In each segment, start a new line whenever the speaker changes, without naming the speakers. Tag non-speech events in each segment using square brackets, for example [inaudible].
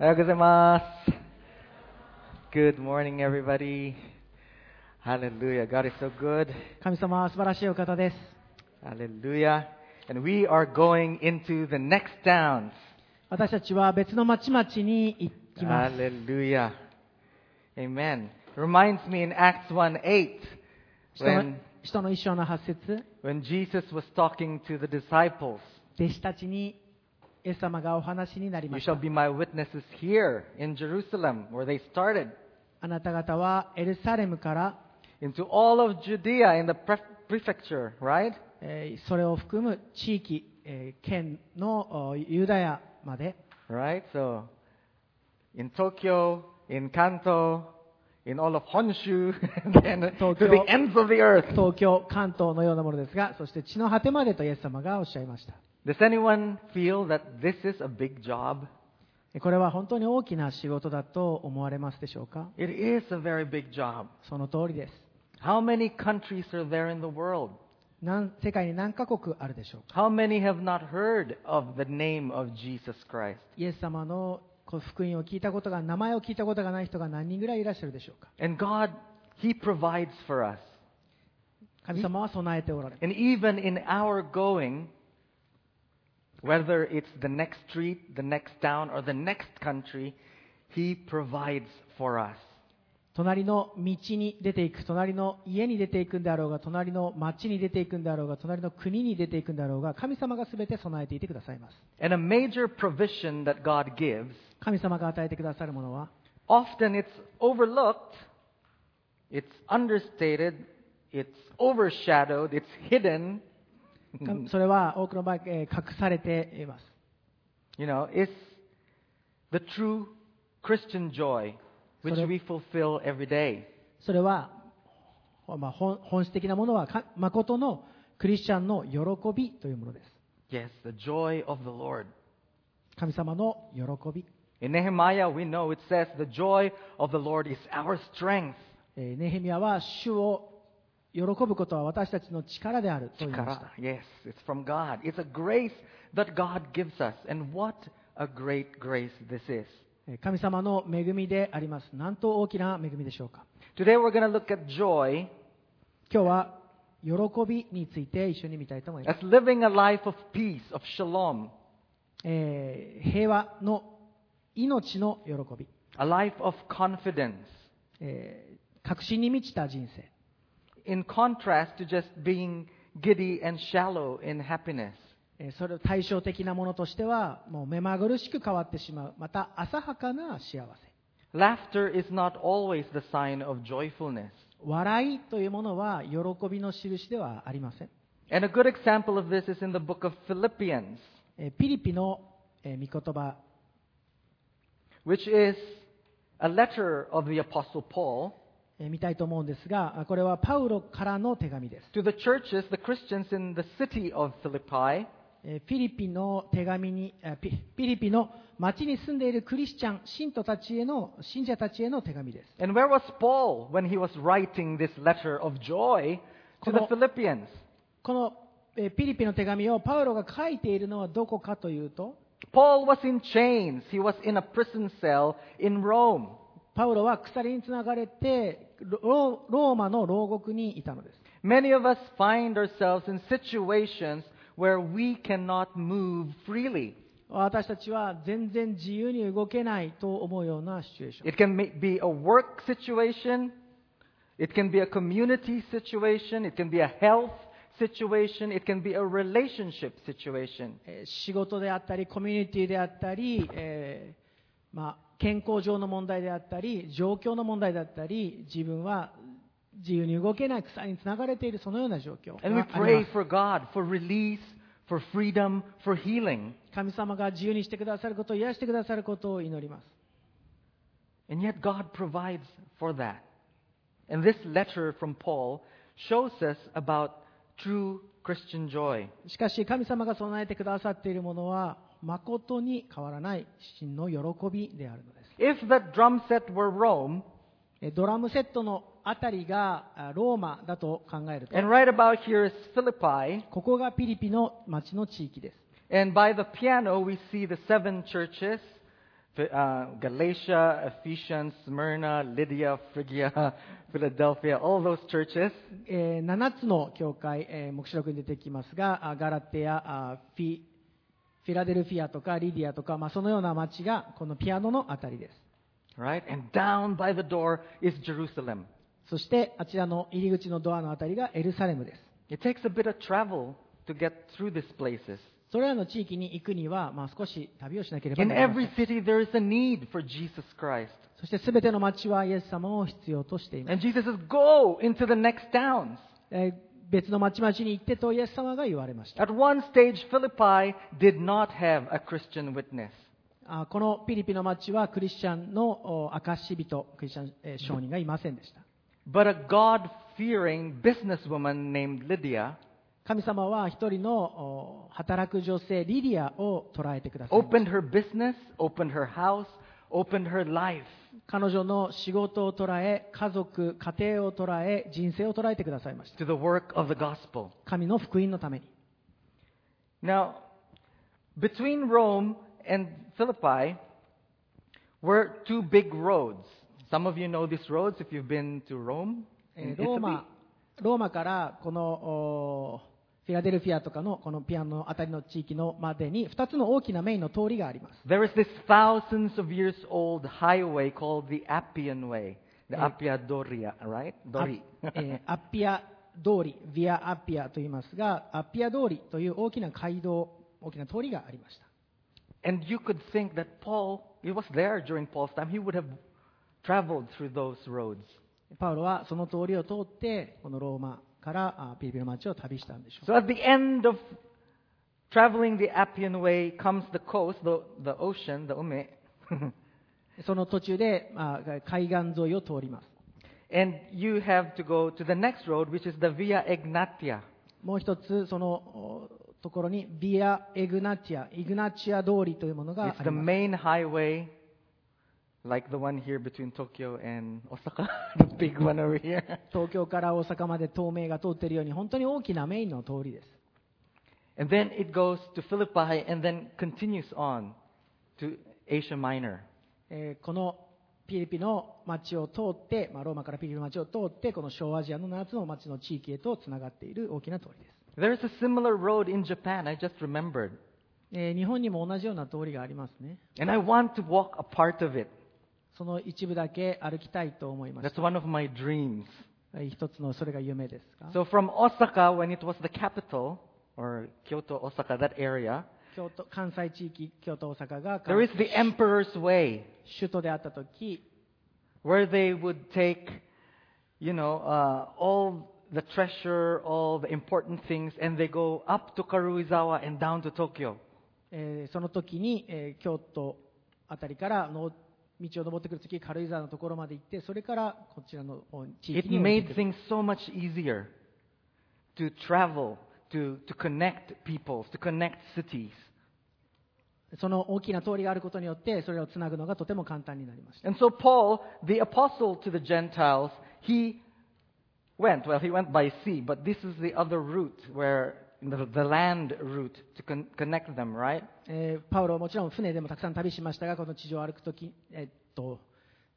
おはようございます。Good morning, everybody. Hallelujah. God is so good.
神様は素晴らしいお方です
Hallelujah. And we are going into the next towns.
私たちは別の町々に行きます
Hallelujah. Amen. Reminds me in Acts 1 8,
人の
when,
人の一生の八節
when Jesus was talking to the disciples,
弟子たちにイエス様がお話になり
You
ました
shall be my witnesses here in Jerusalem, where they started,
あなた方はエルサレムから、
into all of Judea in the pref- prefecture, right?
えーそれを含む地域、えー県のおユダヤまで
Right? So, in Tokyo, in Kanto, in all of Honshu, [laughs] and then to
Tokyo.
the ends of the earth.
東京関東のようなものですがそして地の果てまでとイエス様がおっしゃいました
Does anyone feel that this is a big job?
これは本当に大きな仕事だと思われますでしょうか
It is a very big job.
その通りです
How many countries are there in the world?
なん世界に何カ国あるでしょうか
How many have not heard of the name of Jesus Christ?
イエス様のこう福音を聞いたことが、名前を聞いたことがない人が何人ぐらいいらっしゃるでしょうか。
And God, He provides for us.
神様は備えておられる。
And even in our going, whether it's the next street, the next town, or the next country, He provides for us.
隣の道に出ていく、隣の家に出ていくんであろうが、隣の町に出ていくんであろうが、隣の国に出ていくんであろうが、神様が全て備えていてくださいます。
And a major provision that God gives,
神様が与えてくださるものは、
often it's overlooked, it's understated, it's overshadowed, it's hidden,
かそれは多くの場合、えー隠されています。
[laughs] you know, is the true Christian joy, which
Sort of-
we fulfill every day.
それは、ほまあ、本本質的なものはか、誠のクリスチャンの喜びというものです。
Yes, the joy of the Lord.
神様の喜び。
In Nehemiah, we know it says, The joy of the Lord is our strength.
えーネヘミヤは主を喜ぶことは私たちの力であると言いまし
Chikara.
た
Yes, it's from God. It's a grace that God gives us. And what a great grace this is.
えー神様の恵みでありますなんと大きな恵みでしょうか
Today, we're going to look at joy
今日は喜びについて一緒に見たいと思いま
as
す、
living a life of peace, of shalom,
えー平和の命の喜び、
a life of confidence,
えー確信に満ちた人生
in contrast to just being giddy and shallow in happiness.
えーそれを対照的なものとしてはもう目まぐるしく変わってしまうまた浅はかな幸せ
Laughter is not always the sign of joyfulness.
笑いというものは喜びの印ではありません
And a good example of this is in the book of Philippians.
えーピリピの、えー御言葉
which is a letter of the Apostle Paul
えー見たいと思うんですが、あこれはパウロからの手紙です。
to the churches, the Christians in the city of Philippi,
えーフィリピの手紙に、あピフィリピの町に住んでいるクリスチャン、信徒たちへの、信者たちへの手紙です。
And where was Paul when he was writing this letter of joy to the
Como-
Philippians?
このえーフィリピの手紙をパウロが書いているのはどこかというと、
Paul was in chains. He was in a prison cell in Rome.
パウロは鎖につながれてロローマの牢獄にいたのです。
Many of us find ourselves in situations where we cannot move freely.
私たちは全然自由に動けないと思うようなシチュエーション。
It can ma- be a work situation. It can be a community situation. It can be a health situation. It can be a relationship situation.
えー仕事であったりコミュニティであったり、えーまあ、健康上の問題であったり状況の問題だったり自分は自由に動けない鎖につながれているそのような状況
And we
があり
pray
ます
for God for release, for freedom, for healing.
神様が自由にしてくださること癒してくださることを祈ります
And yet God provides for that. And this letter from Paul shows us about true Christian joy.
しかし神様が備えてくださっているものは誠に変わらない真の喜びであるのです
If that drum set were Rome,
えードラムセットのあたりがあローマだと考えると
and right about here is Philippi,
ここがピリピの町の地域です
And by the piano, we see the seven churches Ph- uh, Galatia, Ephesians, Smyrna, Lydia, Phrygia, [laughs] Philadelphia, all those churches.
えー7つの教会、えー目視録に出てきますが、あガラテア、あフィフィラデルフィアとかリディアとか、まあ、そのような町がこのピアノのあたりです。
Right? And down by the door is Jerusalem.
そしてあちらの入り口のドアのあたりがエルサレムです。
It takes a bit of travel to get through these places.
それらの地域に行くには、まあ、少し旅をしなければ
In
なりませ
every
ん。
city, there is a need for Jesus Christ.
そして全ての町はイエス様を必要としています。
And Jesus says, Go into the next towns.
えー別の町々に行ってとイエス様が言われました。
At one stage, Philippi did not have a Christian witness.
あこのピリピの町はクリスチャンのお証人、クリスチャン、えー商人がいませんでした。
But a God fearing businesswoman named Lydia
神様は一人のお働く女性リディアを捉えてくださいました
opened her business, opened her house, opened her life.
彼女の仕事を捉え家族家庭を捉え人生を捉えてくださいました
to the work of the gospel.
神の福音のために
Now, between Rome and Philippi were two big roads. Some of you know these roads if you've been to Rome.
え
in
ーロー
Italy.
マローマからこのおフィラデルフィアとかのこのピアノのあたりの地域のまでに2つの大きなメインの通りがあります
There is this thousands of years old highway called the Appian Way, the
Eh.
Appia Doria, right?
あ
Dori. [laughs]
えーアッピア通りビアアッピアと言いますがアッピア通りという大きな街道大きな通りがありました
and you could think that Paul, it was there during Paul's time, he would have traveled through those roads.
パウロはその通りを通ってこのローマからあピリピの町を旅したんでしょ
So
う
at the end of traveling the Appian Way comes the coast, the, the ocean, the Ume. [laughs]
その途中で、まあ、海岸沿いを通ります。
and you have to go to the next road, which is the Via Ignatia.
もう一つ、そのおところに、ビア・エグナチア、イグナチア通りというものが
It's
あ
the
ります。
main highway, like the one here between Tokyo and Osaka, [laughs] the big one over here.
東京から大阪まで東名が通っているように、本当に大きなメインの通りです。
And then it goes to Philippi and then continues on to Asia Minor.
えーこのピリピの町を通って、まあ、ローマからピリピの町を通って、この小アジアの7つの町の地域へとつながっている大きな通りです。
There is a similar road in Japan, I just remembered.
えー日本にも同じような通りがありますね。
And I want to walk a part of it.
その一部だけ歩きたいと思いまし
That's one of my dreams.
た。えー一つのそれが夢ですが。
So from Osaka, when it was the capital, or Kyoto, Osaka, that area,
京都関西地域、京都、大阪が
there is the Emperor's Way,
首都であったとき、
where they would take, you know, uh, all the treasure, all the important things, and they go up to Karuizawa and down to Tokyo.
えーその時に、えー京都あたりからあの道を登ってくるとき、軽井沢のところまで行って、それからこちらのお地
It
域に降りて
made
くる
things so much easier to travel, to, to connect peoples, to connect cities.
その大きな通りがあることによって、それをつなぐのがとても簡単になりました。
And so Paul, the apostle to the Gentiles, he went, well, he went by sea, but this is the other route where, the, the land route to con- connect them, right?
えーパウロはもちろん船でもたくさん旅しましたが、この地上を歩くとき、えーっと、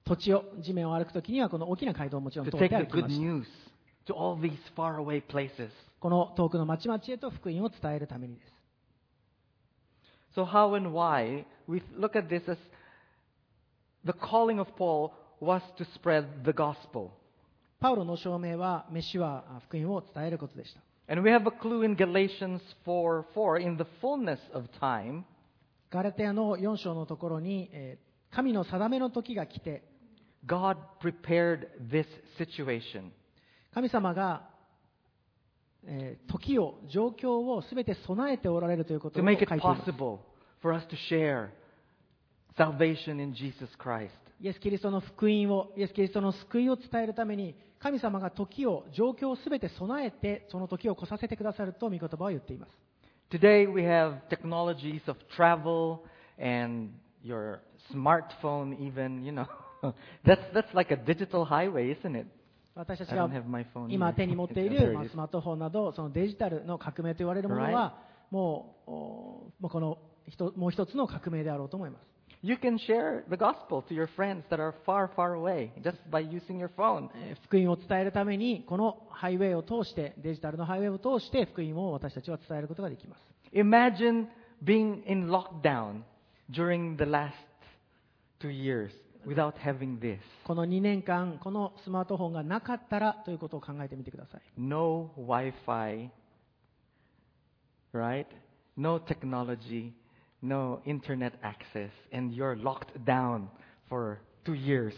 土地を、地面を歩くときには、この大きな街道をもちろん
To
通って
take
歩
the
き
good
ました。
news to all these faraway places.
この遠くの町々へと福音を伝えるためにです。
So how and why? We look at this as the calling of Paul was to spread the gospel.
パウロの証明は、飯はあ福音を伝えることでした。
And we have a clue in Galatians 4 4, in the fullness of time,
ガラテアの4章のところに、えー神の定めの時が来て、
God prepared this situation.
神様が、えー時を、状況をすべて備えておられるということ
to
を書い
make
て
it
います。
possible for us to share salvation in Jesus Christ.
イエス・キリストの福音を、イエス・キリストの救いを伝えるために、神様が時を、状況をすべて備えて、その時を来させてくださると、御言葉は言っています。
Today we have technologies of travel and your smartphone even, you know. [laughs] that's that's like a digital highway, isn't it?
私たち
I
が
don't have my phone.
今
here.
手に持って
[laughs] There
いる
it
まあ
is.
スマートフォンなどそのデジタルの革命と言われるものはもうおもうこの一もう一つの革命であろうと思います
You can share the gospel to your friends that are far, far away just by using your phone.
えー福音を伝えるためにこのハイウェイを通してデジタルのハイウェイを通して福音を私たちは伝えることができます
Imagine being in lockdown during the last two years without having this.
この2年間このスマートフォンがなかったらということを考えてみてください
No Wi Fi, right? No technology, no internet access, and you're locked down for two years.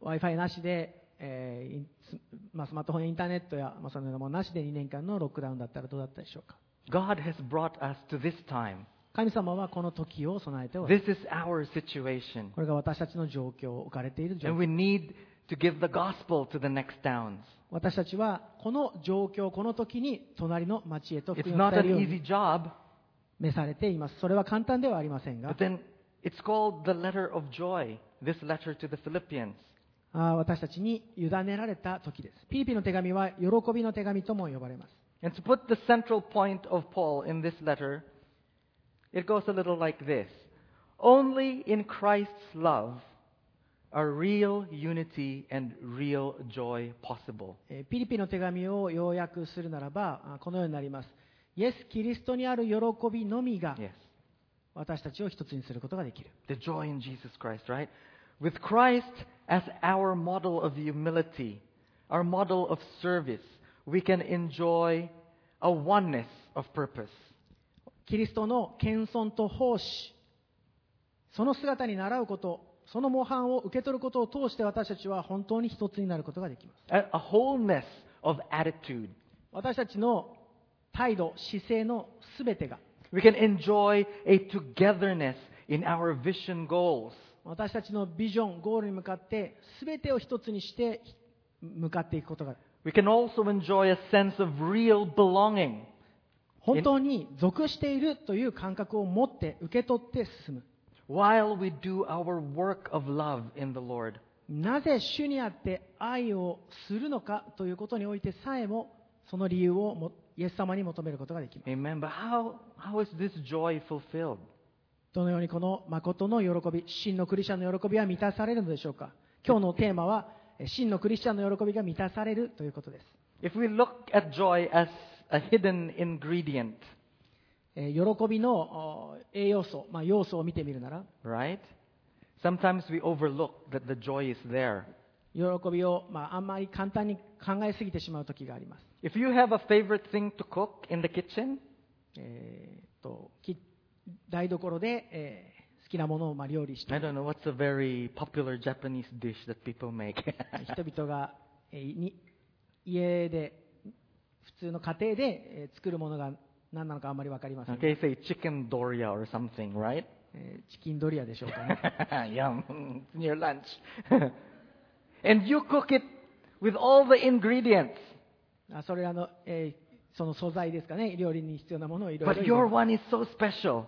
w i f i なしで、えーインスまあ、スマートフォンやインターネットや、まあ、そのようなものなしで2年間のロックダウンだったらどうだったでしょうか
God has brought us to this time.
神様はこの時を備えておられ
This
る
is our situation.
これが私たちの状況置かれている状
And
況
we need to give the gospel to the next towns.
私たちはこの状況この時に隣の町へと
It's
福音を
not
伝えるよう
an easy
に
job,
召されていますそれは簡単ではありませんが
but then it's called the letter of joy, this letter to the Philippians.
あー私たちに委ねられた時ですピリピの手紙は喜びの手紙とも呼ばれます
And to put the central point of Paul in this letter, it goes a little like this Only in Christ's love are real unity and real joy possible.
えーピリピの手紙を要約するならばあこのようになりますイエス・キリストにある喜びのみが
Yes.
私たちを一つにすることができる
The joy in Jesus Christ, right? With Christ as our model of humility, our model of service, we can enjoy a oneness of purpose.
キリストの謙遜と奉仕その姿に倣うことその模範を受け取ることを通して私たちは本当に一つになることができます
A, a wholeness of attitude.
私たちの態度姿勢の全てが
We can enjoy a togetherness in our vision goals.
私たちのビジョンゴールに向かって全てを一つにして向かっていくことが
We can also enjoy a sense of real belonging.
本当に属しているという感覚を持って受け取って進む
While we do our work of love in the Lord,
なぜ主にあって愛をするのかということにおいてさえもその理由をもイエス様に求めることができます
amen. But how, how is this joy fulfilled?
どのようにこの誠の喜び真のクリスチャンの喜びは満たされるのでしょうか今日のテーマはえ真のクリスチャンの喜びが満たされるということです
If we look at joy as a hidden ingredient,
えー喜びのお栄養素、まあ、要素を見てみるなら
right? Sometimes we overlook that the joy is there.
喜びを、まあ、あんまり簡単に考えすぎてしまう時があります、
If you have a favorite thing to cook in the kitchen,
えーっとき台所で、えー好きなものをまあ料理して
I don't know what's a very popular Japanese dish that people make. [laughs]
人々が、えーに家で普通の家庭で、えー作るものが何なのかあんまり分かりませんが、
okay, say chicken doria or something, right?
えーチキンドリアでしょうかね
[laughs] Yum, [laughs] it's near lunch. and you cook it with all the ingredients,
あそれらの、えーその素材ですかね料理に必要なものをいろい
but your
ろ
one is so special.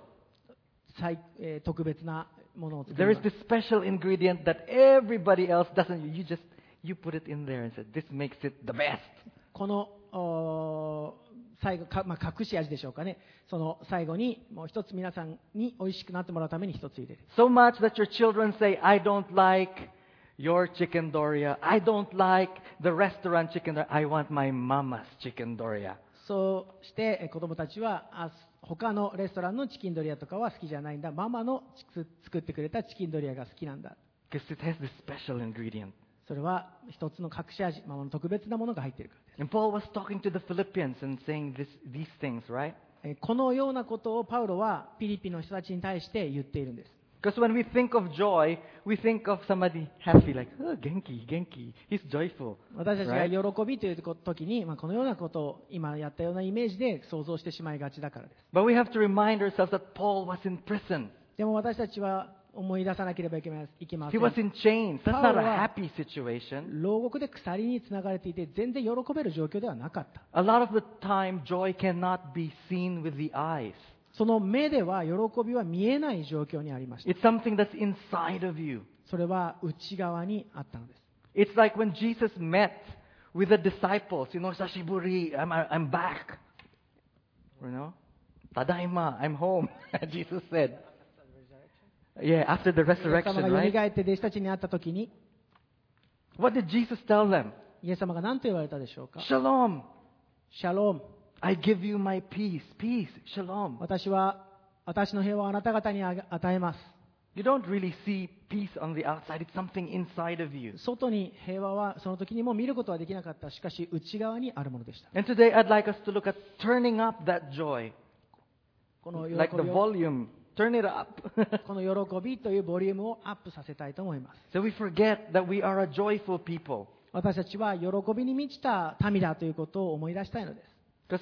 最、えー特別なものを作
There
り
is
ます
this special ingredient that everybody else doesn't. You just you put it in there and said, "This makes it the best."
このおー最後か、まあ、隠し味でしょうかねその最後にもう一つ皆さんに美味しくなってもらうために一つ入れる
So much that your children say, "I don't like your chicken doria. I don't like the restaurant chicken doria. I want my mama's chicken doria."
そうしてえー子供たちはあ他のレストランのチキンドリアとかは好きじゃないんだママのちつ作ってくれたチキンドリアが好きなんだ
Because it has this special ingredient.
それは一つの隠し味、まあ、の特別なものが入っているから
And Paul was talking to the Philippians and saying this, these things, right?
えーこのようなことをパウロはピリピの人たちに対して言っているんです
Because when we think of joy, we think of somebody happy, like, oh, Genki, Genki, he's joyful.
私たち
right?
が喜びという時に、まあ、このようなことを今やったようなイメージで想像してしまいがちだからです
But we have to remind ourselves that Paul was in prison.
でも私たちは思い出さなければいけまいけませ
He was
ん。
in chains. That's not a
Paul was-
happy situation.
牢獄で鎖につながれていて、全然喜べる状況ではなかった。
A lot of the time, joy cannot be seen with the eyes.
その目では喜びは見えない状況にありました。
It's something that's inside of you.
それは内側にあったのです。
It's like when Jesus met with the disciples, you know, Sashiburi, I'm, I'm back. [laughs] You know? Tadaima, I'm home, Jesus said. Yeah, after the
イエス様
resurrection,
が
right?
蘇って弟子たちに会った時に
What did Jesus tell them?
イエス様が何と言われたでしょうか
Shalom.
シャローム
I give you my peace. Peace. Shalom.
私は私の平和をあなた方にあげ与えます
You don't really see peace on the outside. It's something inside of you.
外に平和はその時にも見ることはできなかったしかし内側にあるものでした
And today I'd like us to look at turning up that joy.
この喜
Like the
びを
volume. Turn it up. [laughs]
この喜びというボリュームをアップさせたいと思います
so we forget that we are a joyful people.
私たちは喜びに満ちた民だということを思い出したいのです、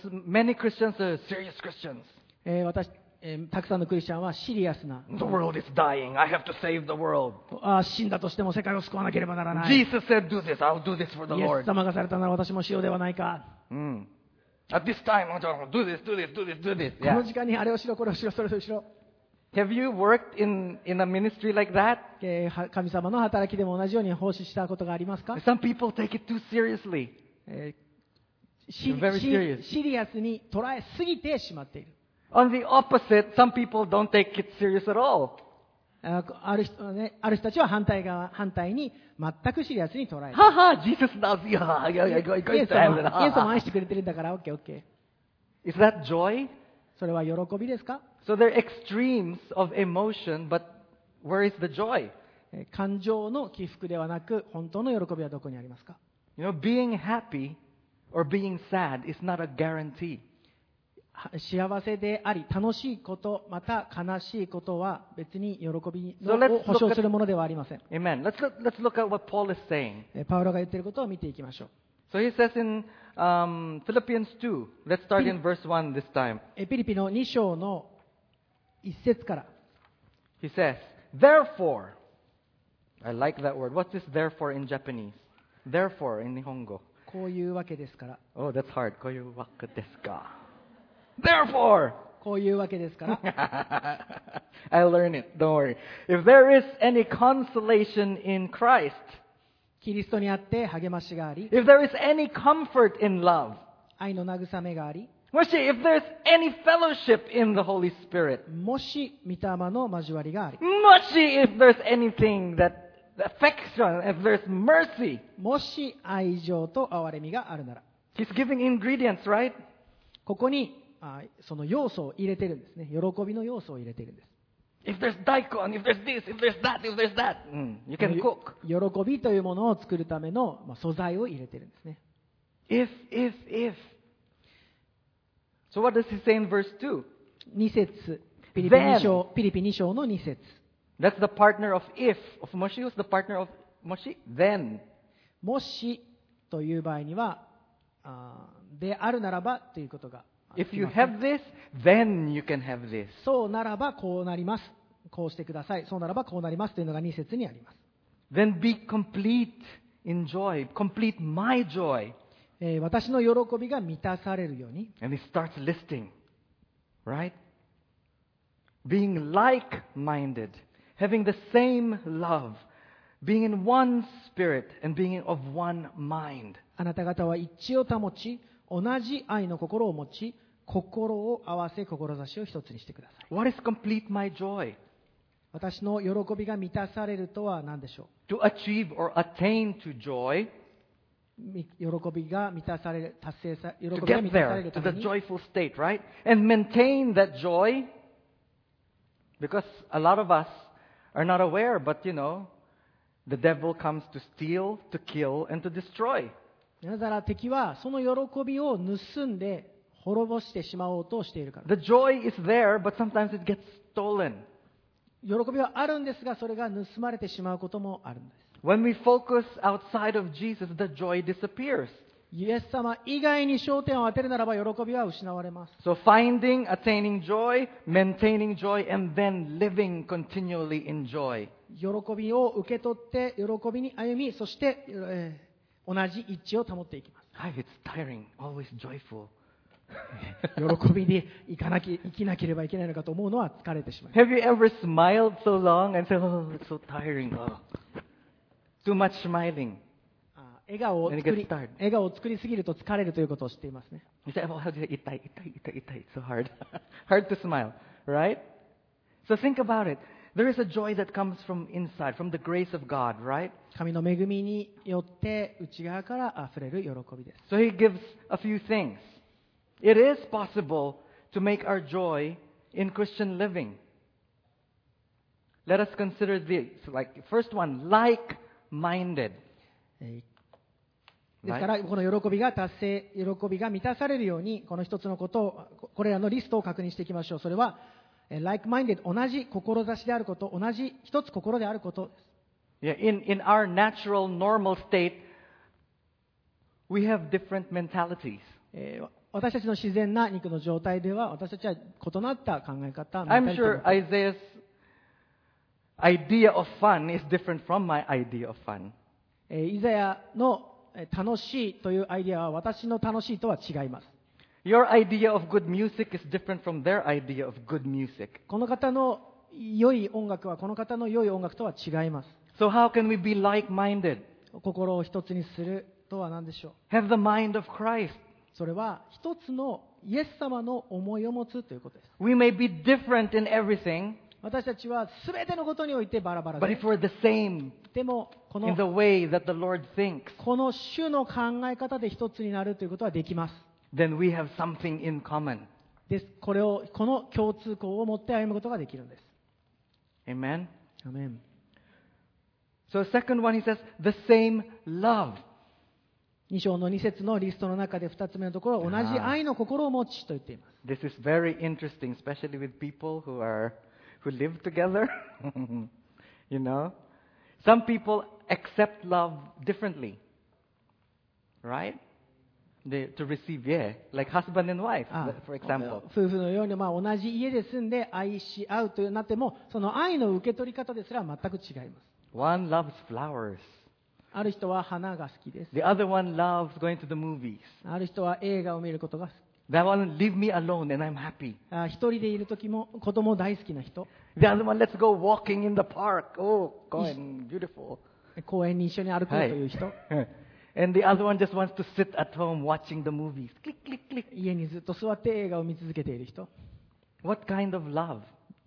Because many Christians are serious Christians.
えー私えーたくさんのクリスチャンはシリアスな
The world is dying. I have to save the world.
あー死んだとしても世界を救わなければならないイエ
Jesus said, Do this. I'll do this for the
ス
Lord.
様がされたなら私もしようではないか
Mm. At this time, I'm talking, do this, do this, do this, do this.
この時間にあれをしろこれをしろそれをしろ、
Have you worked in, in a ministry like that?
えーは神様の働きでも同じように奉仕したことがありますか、
Some people take it too seriously.
えーシ
Very serious.
シシリアスに捉えすぎてしまっている
On the opposite, some people don't take it serious at all.
あーある人はね、ある人たちは反対側反対に全くシリアスに捉える
Ha ha, Jesus loves you. Ha, ha, [laughs] yeah,
イ
yeah,
エ
go,
ス
go to
様
heaven.
イ
Ha,
エス様
ha.
愛してくれてるんだから OKOK
Is that joy?
それは喜びですか
So they're extremes of emotion, but where is the joy?
えー感情の起伏ではなく本当の喜びはどこにありますか
You know, being happy or being sad is not a guarantee.
は幸せであり楽しいことまた悲しいことは別に喜び
So let's
のを
look
保証
at-
するものではありません
Amen. Let's look, let's look at what Paul is saying.
えーパウロが言っていることを見ていきましょう
So he says in um, Philippians 2, let's start in verse 1 this time.
えーピリピの2章の1節から
He says, Therefore, I like that word. What's this therefore in Japanese? Therefore in Nihongo.
こういうわけですから
Oh, that's hard. Koyuwaku desu ka. Therefore! [laughs]
こういうわけですから
I learn it, don't worry. If there is any consolation in Christ,
キリストにあって励ましがあり
if there is any comfort in love,
愛の慰めがあり
Moshi, if there's any fellowship in the Holy Spirit,
もし御霊の交わりがあり
Moshi, if there's anything that affection, if there's mercy,
もし愛情と憐れみがあるなら
He's giving ingredients, right?
ここにあその要素を入れてるんですね喜びの要素を入れてるんです
If there's daikon, if there's this, if there's that, if there's that, mm, you can
こ
cook.
の喜びというものを作るための、まあ、素材を入れてるんですね
If, if, if. So what does he say in verse 2?
2節ピリピ
Then
2章ピリピ2章の2節
That's the partner of if. Of Moshi, who's the partner of Moshi? Then.
もしという場合にはあであるならばということが
If you have this, then you can have this.
そうならばこうなりますこうしてくださいそうならばこうなりますというのが2節にあります
Then be complete in joy. Complete my joy.
えー私の喜びが満たされるように
And he starts listing. Right? Being like minded, having the same love, being in one spirit, and being of one mind.
あなた方は一致を保ち同じ愛の心を持ち心を合わせ志を一つにしてください
What is complete my joy?
私の喜びが満たされるとは何でしょ
To achieve or attain to joy,
うみ喜びが満たされる達成さ喜
to
びが
get
満たされ
there,
る
to
た
the
めに
joyful state, right? And maintain that joy. Because a lot of us are not aware, but you know, the devil comes to steal, to kill, and to destroy.
なぜなら敵はその喜びを盗んで滅ぼしてしまおうとしているから
The joy is there, but sometimes it gets stolen.
喜びはあるんですがそれが盗まれてしまうこともあるんです
When we focus outside of Jesus, the joy disappears.
イエス様以外に焦点を当てるならば喜びは失われます
So finding, attaining joy, maintaining joy, and then living continually in joy.
喜びを受け取って喜びに歩みそして、えー同じ一致を保っていきます
Hi, Ah, it's tiring, always [laughs] joyful.
喜びにいかなき生きなければいけないのかと思うのは疲れてしまいます
Have you ever smiled so long and said, oh, it's so tiring. Oh. Too much smiling.
あー笑顔を作
And it
り
gets tired.
笑顔を作りすぎると疲れるということを知っていますね
You say, oh, how do you itai, [laughs] itai, itai, itai. It's so hard. hard to smile, right? So think about it. There is a joy that comes from inside, from the grace of God, right?
神の恵みによって内側から溢れる喜びです
So he gives a few things. It is possible to make our joy in Christian living. Let us consider these. Like first one, like minded.
えーですから、この喜びが達成、喜びが満たされるように、この一つのことを、ここれらのリストを確認していきましょう。それは、えー like-minded、同じ志であること、同じ一つ心であることです。
Yeah, in, in our natural normal state, we have different mentalities.
えー私たちの自然な肉の状態では、私たちは異なった考え方、メンタ
I'm
リテ
sure Isaiah's idea
ィを持
of fun is different from my idea of fun.
えーイザヤのえー楽しいというアイデアは、私の楽しいとは違います。
Your idea of good music is different from their idea of good music.
この方の良い音楽は、この方の良い音楽とは違います。
So how can we be like-minded?
心を一つにするとは何でしょう
Have the mind of Christ.
それは一つのイエス様の思いを持つということです。
We may be different in everything,
私たちは全てのことにおいてバラバラ
but
で
if we're the same
でもこ
in the
の
way that the Lord thinks,
この種の考え方で一つになるということはできます。
then we have something in common.
です。これをこの共通項を持って歩むことができるんです。
Amen?
アメン
So second one, he says, the same love.
2章の2節のリストの中で2つ目のところ同じ愛の心を持ちと言っています。
This is very interesting, especially with people who are who live together. [laughs] you know, some people accept love differently, right? They, to receive, yeah, like husband and wife,
あ
for example.
夫婦のように、まあ、同じ家で住んで愛し合うというようになってもその愛の受け取り方ですら全く違います。
One loves flowers.
ある人は花が好きです。
The other one loves going to the movies.
ある人は映画を見ることが好き。
That one, leave me alone and I'm happy.
あ一人でいる時も子供大好きな人
The other one, let's go walking in the park. Oh, go and beautiful.
公園に一緒に歩こうという人、
[laughs] and the other one just wants to sit at home watching the movies. Click, click, click.
家にずっと座って映画を見続けている人、
What kind of love?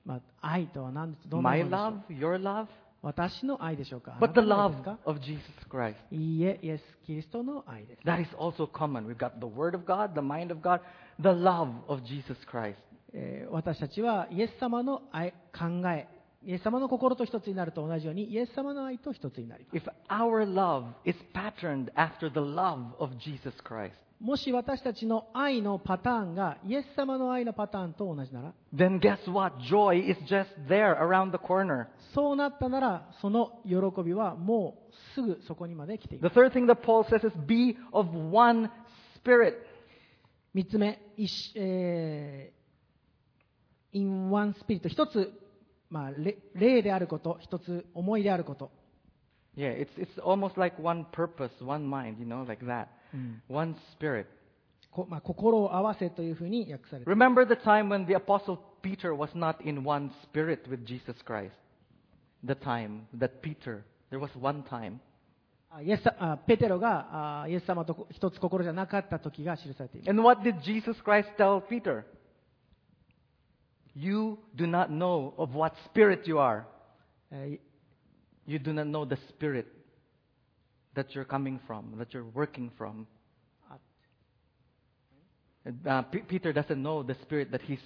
まあ、愛とは何ですどんなも
My
のでしょう
love? Your love?
私の愛でしょうか
But the
あなたの愛
love
ですか
of Jesus Christ.
いいえイエス・キリストの愛です
That is also common. We've got the Word of God, the mind of God, the love of Jesus Christ.
えー私たちはイエス様の愛考えイエス様の心と一つになると同じようにイエス様の愛と一つになります
If our love is patterned after the love of Jesus Christ,
もし私たちの愛のパターンがイエス様の愛のパターンと同じなら
then guess what? Joy is just there around the corner.
そうなったならその喜びはもうすぐそこにまで来ています
The third thing that Paul says is be of one spirit.
三つ目、一しえー、in one spirit、一つ、まあ、れ霊であること、一つ思いであること、
Yeah, it's, it's almost like one purpose, one mind, you know, like that. One spirit.
こまあ、心を合わせというふうに訳されている
Remember the time when the apostle Peter was not in one spirit with Jesus Christ? The time that Peter, there was one time.
あイエスさあペテロがあイエス様とこ一つ心じゃなかった時が記されています。
And what did Jesus Christ tell Peter? You do not know of what spirit you are.
えー
You do not know the spirit that you're coming from, that you're working from. Uh, P- Peter doesn't know the spirit that he's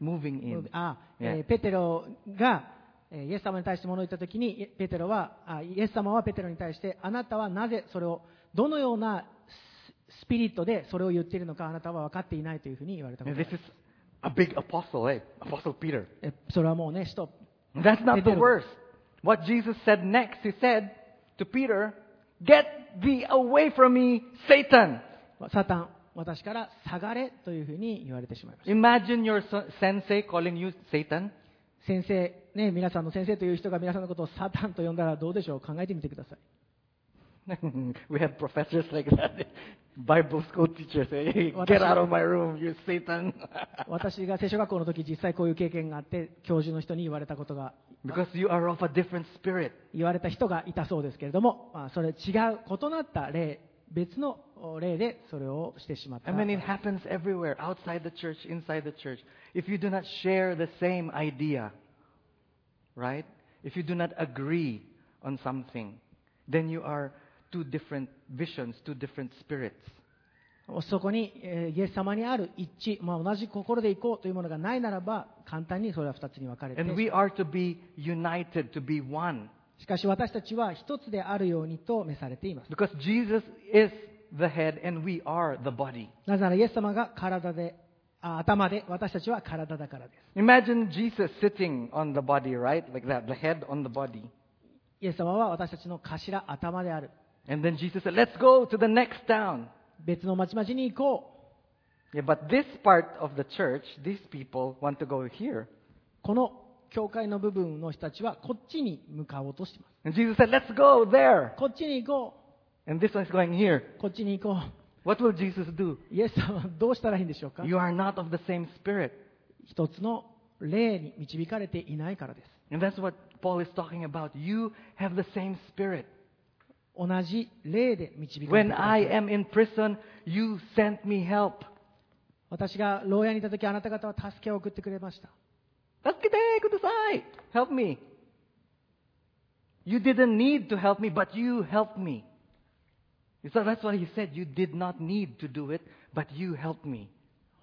moving in.
あえー
Yeah.
ペテロが、えーイエス様に対して物を言った時にイエペテロはあイエス様はペテロに対してあなたはなぜそれをどのようなススピリットでそれを言っているのかあなたは分かっていないというふうに言われたこと
And
があ
this
り
is a big
ます
apostle, eh? Apostle Peter.
えそれはもうね使徒
That's not the
Peter.
worst. What Jesus said next, he said to Peter, Get thee away from me, Satan.
サタン私から下がれというふうに言われてしまいました
Imagine your so- sensei calling you Satan.
先生ね皆さんの先生という人が皆さんのことをサタンと呼んだらどうでしょう考えてみてください
[laughs] we had professors like that, Bible school teachers. Hey, get out of my room, you Satan. [laughs]
私が聖書学校の時実際こういう経験があって教授の人に言われたことが
because you are of a different spirit.
言われた人がいたそうですけれども、まあ、それ違う異なった例別のお例でそれをしてしまった
I mean, it happens everywhere, outside the church, inside the church. If you do not share the same idea, right? If you do not agree on something, then you are two different visions, two different spirits.
そこに、えーイエス様にある一致、まあ、同じ心で行こうというものがないならば簡単にそれは2つに分かれて
And we are to be united, to be one.
しかし私たちは一つであるようにと召されています
Because Jesus is the head and we are the body.
なぜならイエス様が体であ頭で私たちは体だからです
Imagine Jesus sitting on the body, right? Like that, the head on the body.
イエス様は私たちの頭頭である
And then Jesus said, Let's go to the next town.
別の町々に行こう
Yeah, but this part of the church, these people want to go here.
この教会の部分の人たちはこっちに向かおうとしていま
And Jesus said, Let's go there.
すこっちに行こ
And this one's going here.
うこっちに行こ
What will Jesus do?
うイエス様はどうしたらいいんでしょうか
You are not of the same spirit.
一つの霊に導かれていないからです
And that's what Paul is talking about. You have the same spirit.
同じ霊で導かれて
When
くださ
I
い
am in prison, you sent me help.
私が牢屋にいた時あなた方は助けを送ってくれました
助けてください. Help me. You didn't need to help me, but you helped me. So that's why he said you did not need to do it, but you helped me.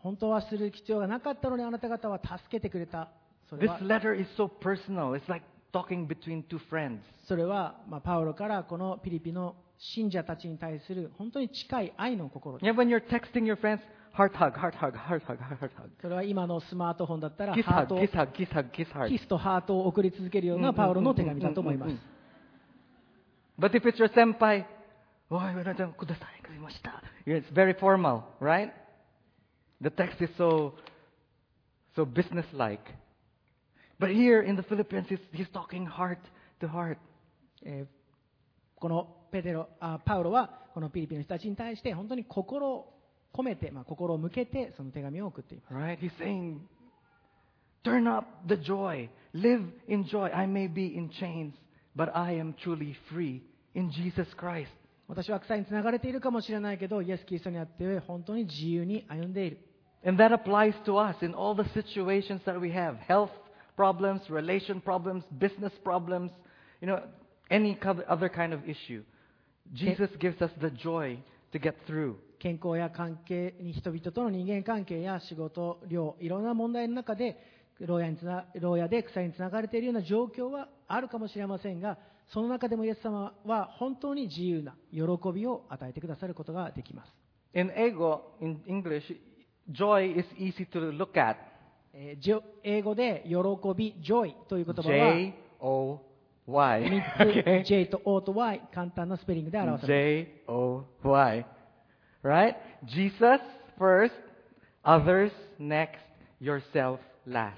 本当はする必要がなかったのにあなた方は助けてくれたそれ
This
は
letter is so personal. It's like talking between two friends.
それは、まあ、パウロからこのピリピの信者たちに対する本当に近い愛の心です
Yeah, when you're texting your friends, heart hug, heart hug, heart hug, heart hug.
それは今のスマートフォンだったら
Kiss
ハー
hug,
トを
kiss hug, kiss hug, kiss hug.
キスとハートを送り続けるようなパウロの手紙だと思います
But if it's your senpai, "Oh, "おい、おい、おい、ください、くれました." it's very formal, right? The text is so, so businesslike. But here in the Philippines, he's, he's talking heart to heart.
えーこのペテロあパウロはこのピリピの人たちに対して本当に心を込めて、まあ、心を向けてその手紙を送っています
Right? He's saying, Turn up the joy. Live in joy. I may be in chains, but I am truly free in Jesus Christ.
私は鎖につながれているかもしれないけどイエス・キリストにあって本当に自由に歩んでいる
And that applies to us in all the situations that we have health problems, relation problems, business problems, you know, any co- other kind of issue. Jesus gives us the joy to get through.
健康や関係に人々との人間関係や仕事量いろんな問題の中で牢屋につな牢屋で鎖につながれているような状況はあるかもしれませんがその中でもイエス様は本当に自由な喜びを与えてくださることができます、
In ego, in English, joy is easy to look at.
えーじょ英語で喜び joy という言葉は
J O Y. [laughs]
3つ J と O と Y 簡単なスペリングで表されます
J O Y. Right? Jesus first, others next, yourself last.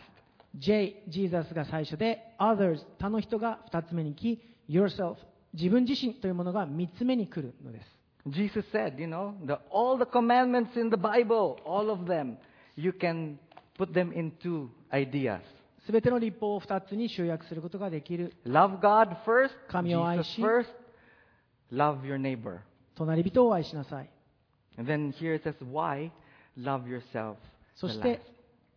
J、Jesus が最初で、others、他の人が2つ目に来、yourself、自分自身というものが3つ目に来るのです。
Jesus said, you know, the, all the commandments in the Bible, all of them, you can put them in two ideas.
すべての立法を2つに集約することができる。
Love God first,
神を愛し。
Jesus first, love your neighbor.
隣人を愛しなさい。
And then here it says, why? Love yourself.
そし
the
て
last.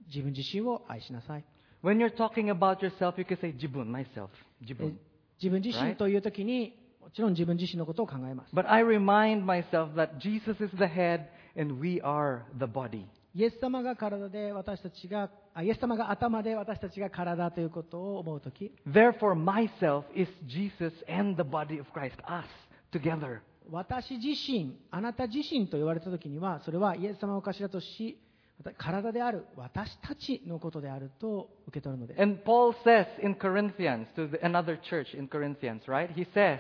自分自身を愛しなさい。
When you're talking about yourself, you can say, jibun, myself,
え
jibun.
自分自
Right.
身という時に、もちろん自分自身のことを考えます。
But I remind myself that Jesus is the head and we are the body.
イエス様が体で私たちが、あイエス様が頭で私たちが体ということを思うとき、
Therefore, myself is Jesus and the body of Christ, us together.
私自身、あなた自身と言われたときには、それはイエス様を頭とし、また体である私たちのことであると受け取るのです。
And Paul says in Corinthians, to the, another church in Corinthians, right? He says,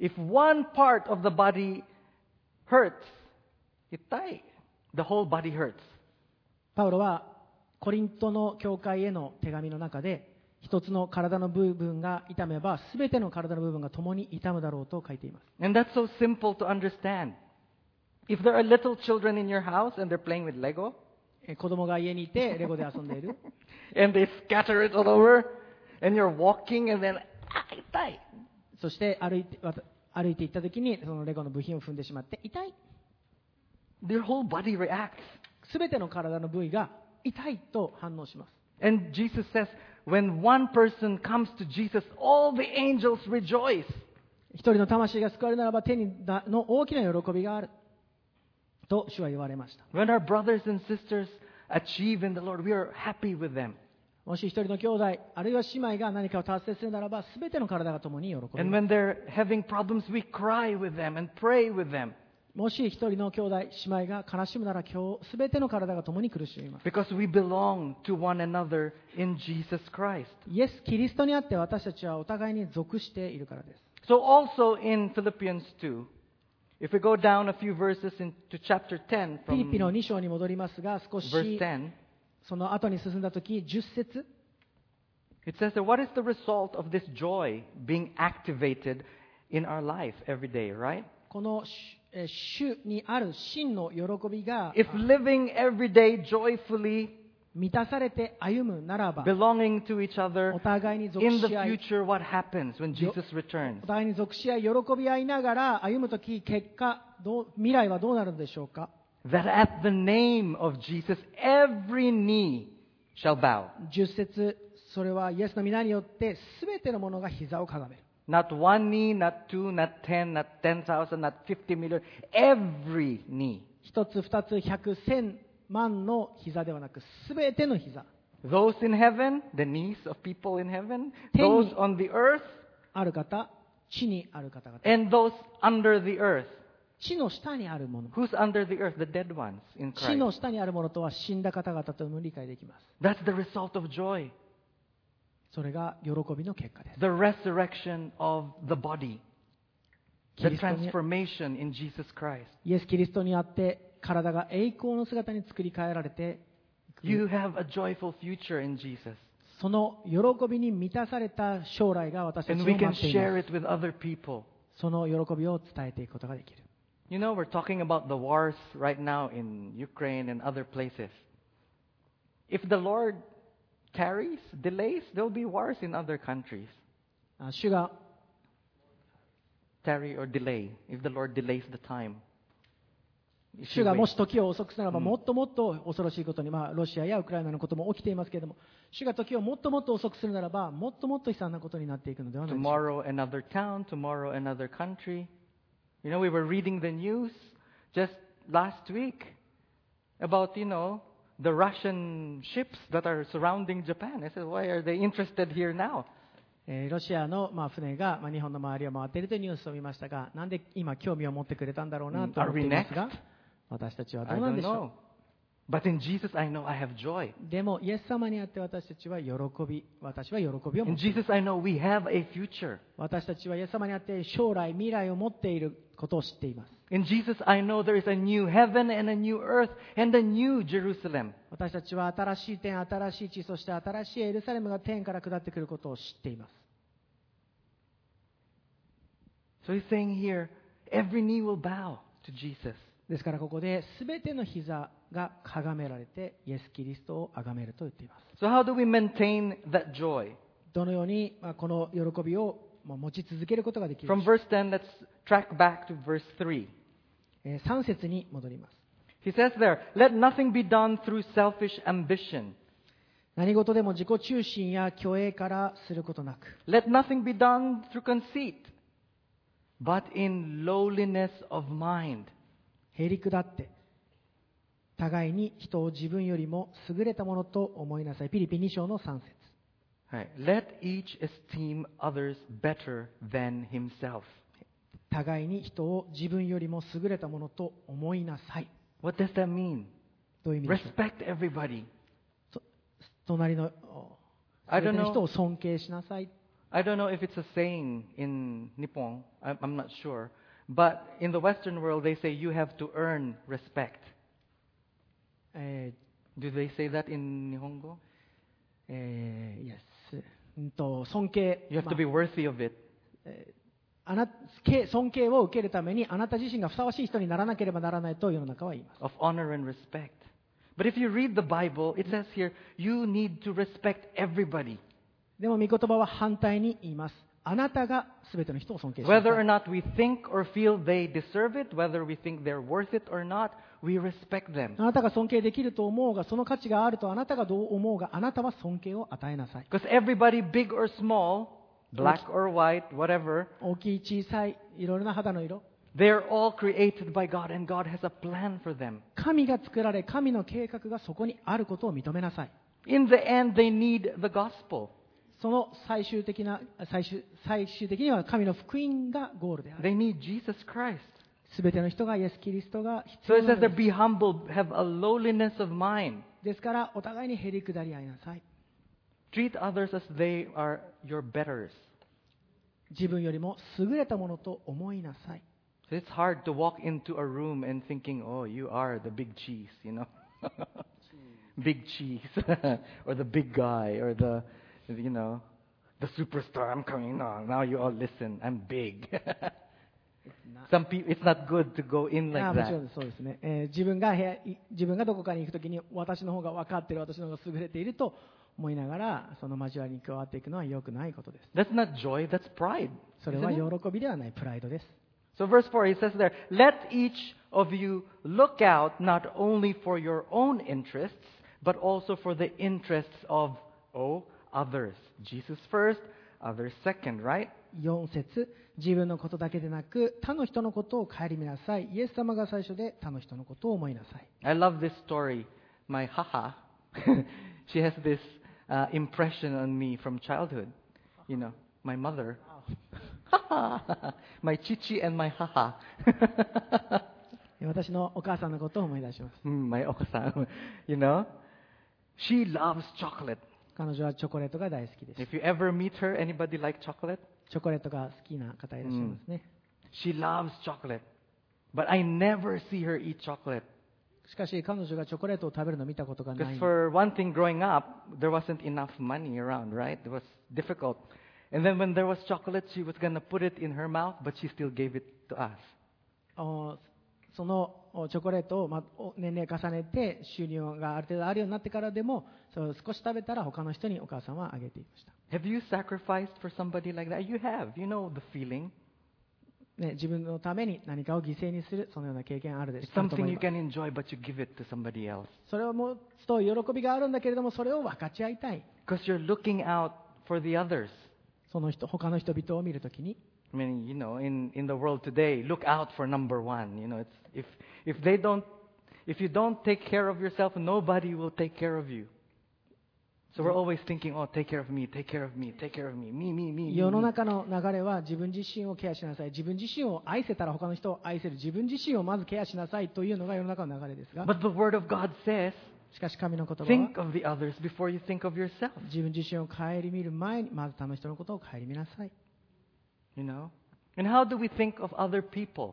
if one part of the body hurts, itay, the whole body hurts.
パウロはコリントの教会への手紙の中で、一つの体の部分が痛めば、すべての体の部分が共に痛むだろうと書いています。
And that's so simple to understand. If there are little children in your house and they're playing with Lego,
え子供が家にいて、レゴで遊んでいる。
and they scatter it all over, and you're walking, and then, ah, itay.
そして歩いて、わた歩いていったときに、そのレゴの部品を踏んでしまって、痛い。
Their whole body reacts.
すべての体の部位が痛いと反応します。
And Jesus says, When one person comes to Jesus, all the angels rejoice.
一人の魂が救われるならば天にだの大きな喜びがあると主は言われました
When our brothers and sisters achieve in the Lord, we are happy with them.
もし一人の兄弟あるいは姉妹が何かを達成するならば全ての体が共に喜び
And
ます
when they're having problems, we cry with them and pray with them
もし一人の兄弟姉妹が悲しむなら今日全ての体が共に苦しみます
because we belong to one another in Jesus Christ.
イエス・キリストにあって私たちはお互いに属しているからです
So, also in Philippians 2, if we go down a few verses into chapter 10,
フィリピの
from
2章に戻りますが少
verse
し
10,
その後に進んだ時10節
it says that what is the result of this joy being activated in our life every day, right?
この主えー主にある真の喜びが
If living every day joyfully,
満たされて歩むならば
belonging to each other,
お互いに属
in the
し合い
future, what happens when
Yo-
Jesus returns?
お互いに属し合い喜び合いながら歩む時結果どう未来はどうなるんでしょうか
That at the name of Jesus, every knee shall bow.
10節それはイエスの皆によって全てのものが膝をかがめる
Not one knee, not two, not ten, not ten thousand, not fifty million. Every knee.
1つ2つ100 1000万の膝ではなく全ての膝
Those in heaven, the knees of people in heaven,
Ten
those
knee.
on the earth,
ある方地にある方々
and those under the earth.
地の下にあるもの
Who's under the earth? The dead ones in
地の
Christ.
下にあるものとは死んだ方々とも理解できます
That's the result of joy.
それが喜びの結果です
The resurrection of the body.
キ
The
リストに
transformation in Jesus Christ.
イエス・キリストにあって体が栄光の姿に作り変えられていく
You have a joyful future in Jesus.
その喜びに満たされた将来が私たち
And
を
we
待
can
っていま
share
す
it with other people.
その喜びを伝えていくことができる
You know, we're talking about the wars right now in Ukraine and other places. If the Lord tarries, delays, there'll be wars in other countries.
あ主が
Tarry or delay, if the Lord delays the time. If
主
you
が
wait.
もし時を遅くすならば
うん
もっともっと恐ろしいことに、まあ、ロシアやウクライナのことも起きていますけれども主が時をもっともっと遅くするならばもっともっと悲惨なことになっていくのではないでしょうか
Tomorrow, another town, tomorrow, another country. You know, we were reading the news just last week about, you know, the Russian ships that are surrounding Japan. I said, why are they interested here now?
えーロシアの、まあ、船が、まあ、日本の周りを回っているというニュースを見ましたがなんで今興味を持ってくれたんだろうなと思っています
う
が
ん Are we next?
私たちはど
I
うなん
don't
でし
know.
ょ
But in Jesus, I know I have joy.
うでもイエス様にあって私たちは喜び私は喜びを持
In
っている
Jesus, I know we have a future.
私たちはイエス様にあって将来未来を持っていることを知っています
In Jesus, I know there is a new heaven and a new earth and a new Jerusalem.
私たちは新しい天新しい地そして新しいエルサレムが天から下ってくることを知っています
So he's saying here, every knee will bow to Jesus.
ですからここで全ての膝がかがめられてイエス・キリストを崇めると言っています
So how do we maintain that joy?
どのように、まあ、この喜びを、まあ持ち続けることができるでしょう
From verse 10, let's track back to verse 3.
えー3節に戻ります
He says there, let nothing be done through selfish ambition.
何事でも自己中心や虚栄からすることなく
Let nothing be done through conceit, but in lowliness of mind.
へりくだって互いに人を自分よりも優れたものと思いなさいピリピ2章の3節
Right. Let each esteem others better than himself.
互いに人を自分よりも優れたものと思いなさい
What does that mean?
どういう意味でしょう
Respect everybody.
と隣のお
I
全
don't
ての
know.
人を尊敬しなさい
I don't know if it's a saying in Nippon. I- I'm not sure. But in the Western world, they say you have to earn respect.
え
Do they say that in Nihongo?
ーえー yes うんと尊敬
You have
ま
to
あ
be worthy of it.
えーあな敬尊敬を受けるためにあなた自身がふさわしい人にならなければならないと世の中は言います
of honor and respect. But if you read the Bible, it says here, you need to respect everybody.
でも御言葉は反対に言いますあなたが全ての人を尊敬しなさ
Whether or
い
not we think or feel they deserve it, whether we think they're worth it or not, we respect
あ
them.
なたが尊敬できると思うがその価値があるとあなたがどう思うがあなたは尊敬を与えなさい
Because everybody, big or small, black or white, whatever,
大きい小さいいろいろな肌の色
they're all created by God and God has a plan for them.
神が作られ神の計画がそこにあることを認めなさい
In the end, they need the gospel.
その最終的な最終最終的には神の福音がゴールである
They need Jesus Christ.
全ての人がイエス・キリストが
So it
必要な
says
の
that
です
be humble, have a lowliness of mind.
ですからお互いにへりくだり合いなさい
Treat others as they are your betters.
自分よりも優れたものと思いなさい
So it's hard to walk into a room and thinking, oh, you are the big cheese, you know? big cheese. [laughs] or the big guy. Or the, you know, the superstar. I'm coming now. Now you all listen. I'm big. [laughs] Some people, it's not good to go in
あ
like
あもちろ
that.
んそうですね、えー自分が部屋い自分がどこかに行くときに私の方が分かってる私の方が優れていると思いながらその交わりに加わっていくのは良くないことです
That's not joy, that's pride.
それ
isn't
は
it?
喜びではないプライドです
So verse 4, he says there, let each of you look out not only for your own interests, but also for the interests of, oh, others. Jesus first, others second, right?
4節自分のことだけでなく他の人のことを顧みなさいイエス様が最初で他の人のことを思いなさい
I love this story. My haha, [laughs] she has this uh, impression on me from childhood. You know, my mother. [laughs] my chichi and my haha.
え私のお母さんのことを思い出します
Hmm, my [laughs] okasan. You know, she loves chocolate.
彼女はチョコレートが大好きです
If you ever meet her, anybody like chocolate?
チョコレートが好きな方いらっしゃいますね、
She loves chocolate. But I never see her eat chocolate.
しかし彼女がチョコレートを食べるのを見たことがない
Because for one thing, growing up, there wasn't enough money around, right? It was difficult. And then when there was chocolate, she was going to put it in her mouth, but she still gave it to us.
おそのおチョコレートを、ま、お年齢重ねて収入がある程度あるようになってからでもそれを少し食べたら他の人にお母さんはあげていました、
Have you sacrificed for somebody like that? You have. You know the feeling.
ね、自分のために何かを犠牲にするそのような経験あるでし
It's
あると思
something
い
you
ます
can enjoy, but you give it to somebody else.
それを持つと喜びがあるんだけれどもそれを分かち合いたい
Because you're looking out for the others.
その人他の人々を見るときに
I mean, you know, in, in the world today, look out for number one. You know, it's, if, if they don't, if you don't take care of yourself, nobody will take care of you. So we're always thinking, oh, take care of me, take care of me, take care of me, me, me, me. me,
世の
me.
中の流れは自分自身をケアしなさい自分自身を愛せたら他の人を愛せる自分自身をまずケアしなさいというのが世の中の流れですが
But the Word of God says,
しかし神の言葉は
think of the others before you think of yourself.
自分自身を顧みる前にまず他の人のことを顧みなさい
You know? And how do we think of other people?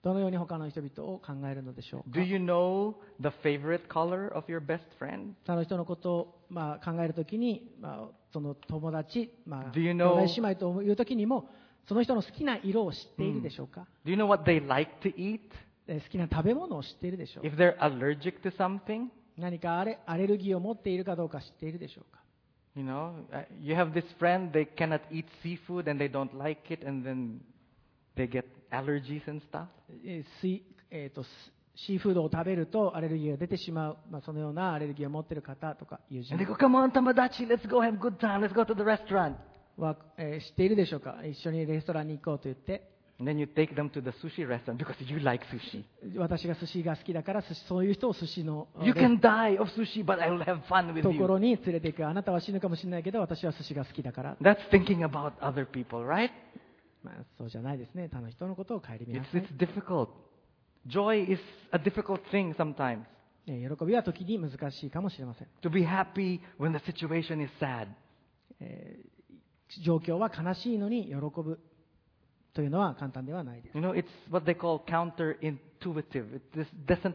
どのように他の人々を考えるのでしょうか
Do you know the favorite color of your best friend?
他の人のことを、まあ、考えるときに、まあ、その友達、まあ、
Do you
兄
know-
弟姉妹というときにもその人の好きな色を知っているでしょうか、
Do you know what they like to eat?
え好きな食べ物を知っているでしょうか
If they're allergic to something?
何かアレアレルギーを持っているかどうか知っているでしょうか
You know, uh, you have this friend, they cannot eat seafood and they don't like it, and then they get allergies and stuff.
えー水えーとすシーフードを食べるとアレルギーが出てしまう、まあ、そのようなアレルギーを持っている方とか友人
And they go, come on, Tamadachi, let's go have good time, let's go to the restaurant.
は、えー知っているでしょうか一緒にレストランに行こうと言って。
And then you take them to the sushi restaurant because you like sushi.
私が寿司が好きだから寿司そういう人を寿司の
You can die of sushi, but I will have fun with
とこ
you.
ろに連れて行くあなたは死ぬかもしれないけど私は寿司が好きだから、
That's thinking about other people, right?
まあ、そうじゃないですね他の人のことを顧みな
It's,
さい
it's、difficult. Joy is a difficult thing sometimes.
ね喜びは時に難しいかもしれません、
To be happy when the situation is sad.
えー状況は悲しいのに喜ぶというのは簡単ではないです
You know, it's what they call counterintuitive. It this doesn't.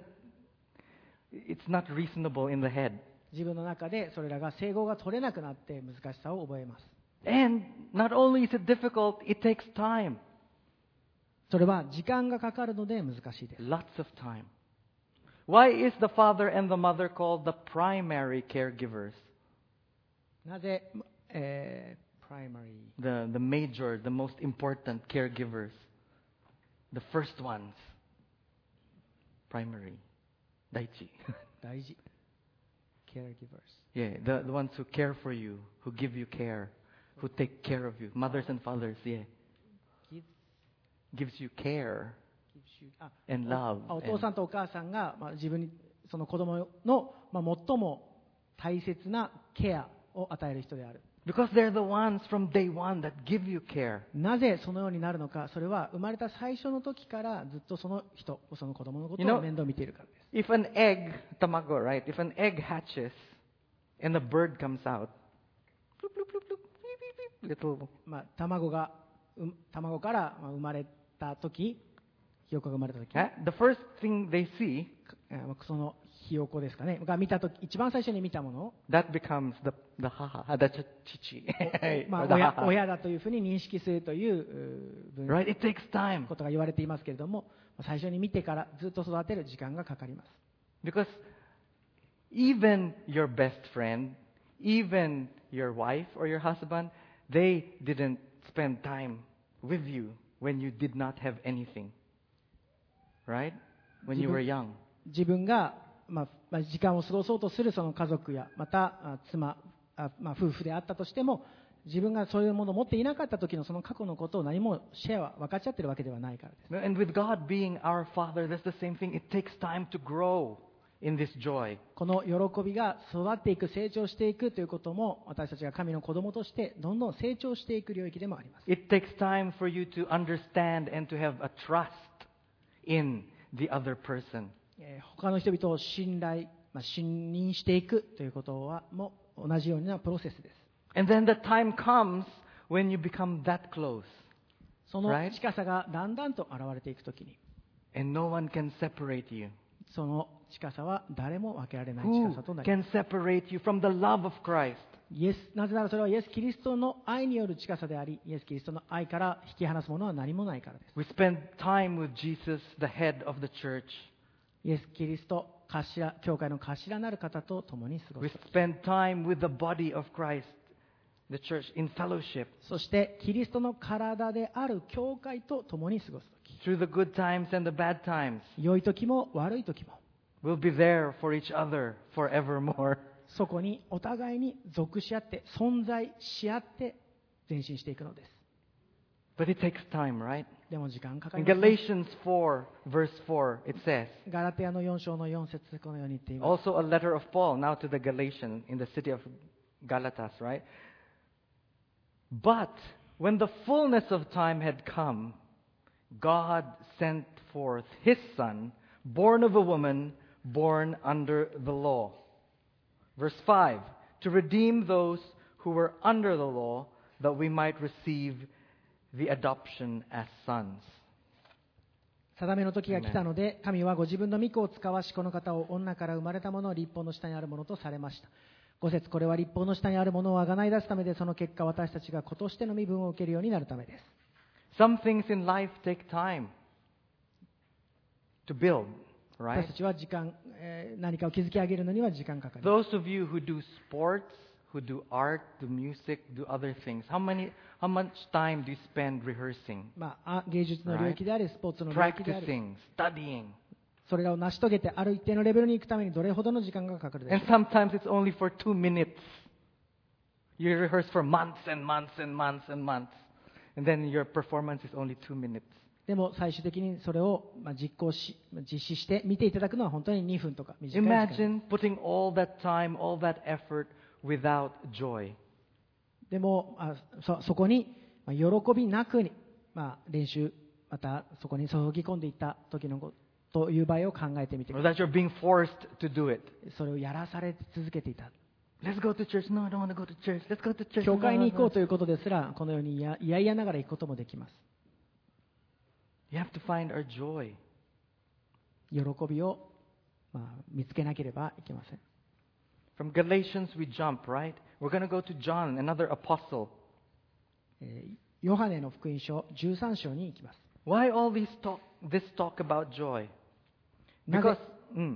It's not reasonable in the head.
自分の中でそれらが整合が取れなくなって難しさを覚えます
And not only is it difficult, it takes time,
それは時間がかかるので難しいです
lots of time. Why is the father and the mother called the primary caregivers?
なぜ、えー primary
the, the major, the most important caregivers, the first ones, primary, daichi.
大事 caregivers
yeah, the, the ones who care for you, who give you care, who take care of you, mothers and fathers, yeah,
gives
gives you care
gives you あ
and love.
あお父
and-
さんとお母さんが、まあ、自分にその子供の、まあ、最も大切なケアを与える人である
because they're the ones from day one that give you care.
なぜそのようになるのかそれは生まれた最初の時からずっとその人その子供のこと
You know-
を面倒見ているからです
If an egg, tamago, right? If an egg hatches and a bird comes out, bloop, bloop, bloop, bloop, beep, beep, beep, little
まあ、卵がう卵からまあ生まれた時ひよこが生まれた時、
Eh? The first thing they see,
えーまあそのひよこですかねが見た時一番最初に見たものを
that becomes the, the haha, uh, the ch- [laughs] chichi.
ま
Or
あ、
the
親
haha.
親だというふうに認識するといううー分
Right? It takes time.
ことが言われていますけれどもまあ最初に見てからずっと育てる時間がかかります
Because even your best friend, even your wife or your husband, they didn't spend time with you when you did not have anything. Right? When you were young.
自分が、まあまあ、時間を過ごそうとするその家族やまたあ妻あ、まあ、夫婦であったとしても自分がそういうものを持っていなかった時のその過去のことを何もシェアは分かっちゃってるわけではないからです
No, And with God being our Father, that's the same thing. It takes time to grow in this joy.
この喜びが育っていく成長していくということも私たちが神の子供としてどんどん成長していく領域でもあります
It takes time for you to understand and to have a trust in the other person.
えー他の人々を信頼、まあ、信任していくということはも同じようなプロセスです
And then the time comes when you become that close
その
Right.
近さがだんだんと現れていくときに
and no one can separate you.
その近さは誰も分けられない近
Who
さとなります
can separate you from the love of Christ?
イエスなぜならそれはイエス・キリストの愛による近さでありイエス・キリストの愛から引き離すものは何もないからです
We spend time with Jesus, the head of the church.
イエス・キリスト頭教会の頭なる方と共に過ご
We
す
spend time with the body of Christ, the church, in fellowship.
そしてキリストの体である教会と共に過ごす時
Through the good times and the bad times,
良い時も悪い時も
we'll be there for each other forevermore. [laughs]
そこにお互いに属し合って存在し合って前進していくのです
But it takes time, right?
でも時間かかり
In
ますね、
Galatians 4, verse 4, it says,
ガラテヤの4章の4節このように言っています
also a letter of Paul now to the Galatians in the city of Galatas, right? But when the fullness of time had come, God sent forth his son, born of a woman, born under the law. Verse 5 To redeem those who were under the law, that we might receive the adoption as sons.
定めの時が来たので神はご自分の御子を使わしこの方を女から生まれたものを立法の下にあるものとされました5節これは立法の下にあるものをあがない出すためでその結果私たちが子としての身分を受けるようになるためです
Some things in life take time to build,
私
right?
たちは時間、えー何かを築き上げるのには時間かかります
Those of you who do sports, who do art, do music, do other things, how many how much time do you spend rehearsing,
まあ、あ芸術の領域でありスポーツの領域であり
practicing, studying?
それらを成し遂げてある一定のレベルに行くためにどれほどの時間がかかるでしょ
And
う
sometimes it's only for 2 minutes. You rehearse for months and months and months and months. And then your performance is only 2 minutes.
でも最終的にそれを、まあ、実行しまあ実施して見ていただくのは本当に2分とか短い時間です
Imagine putting all that time, all that effort without joy.
でもあそそこに、まあ、喜びなくに、まあ、練習またそこに注ぎ込んでいった時のことという場合を考えてみてく
Or
だ
that you're being forced to do it.
さいそれをやらされ続けていた
Let's go to church. No, I don't want to go to church. Let's go to church.
教会に行こう
No, no,
と
no.
いうことですらこのようにいやいやいやながら行くこともできます
You have to find our joy.
喜びを、まあ、見つけなければいけません
From Galatians, we jump, right? We're going to go to John, another apostle.
えーヨハネの福音書13章に行きます
Why all these talk, this talk about joy?
な
Because
ぜ
mm,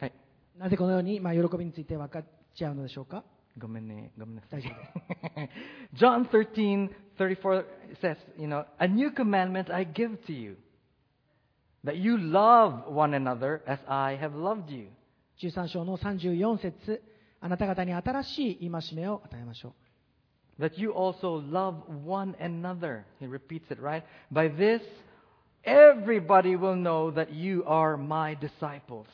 hey,
なぜこのように、まあ、喜びについて分かっちゃうのでしょうか
ごめんね、ごめんなさい
大丈
[laughs] John 13, 34 says, you know, a new commandment I give to you, that you love one another as I have loved you.
13章の34節あなた方に新しい戒めを与えましょう
that you also love one another. He repeats it, right? By this, everybody will know that you are my disciples.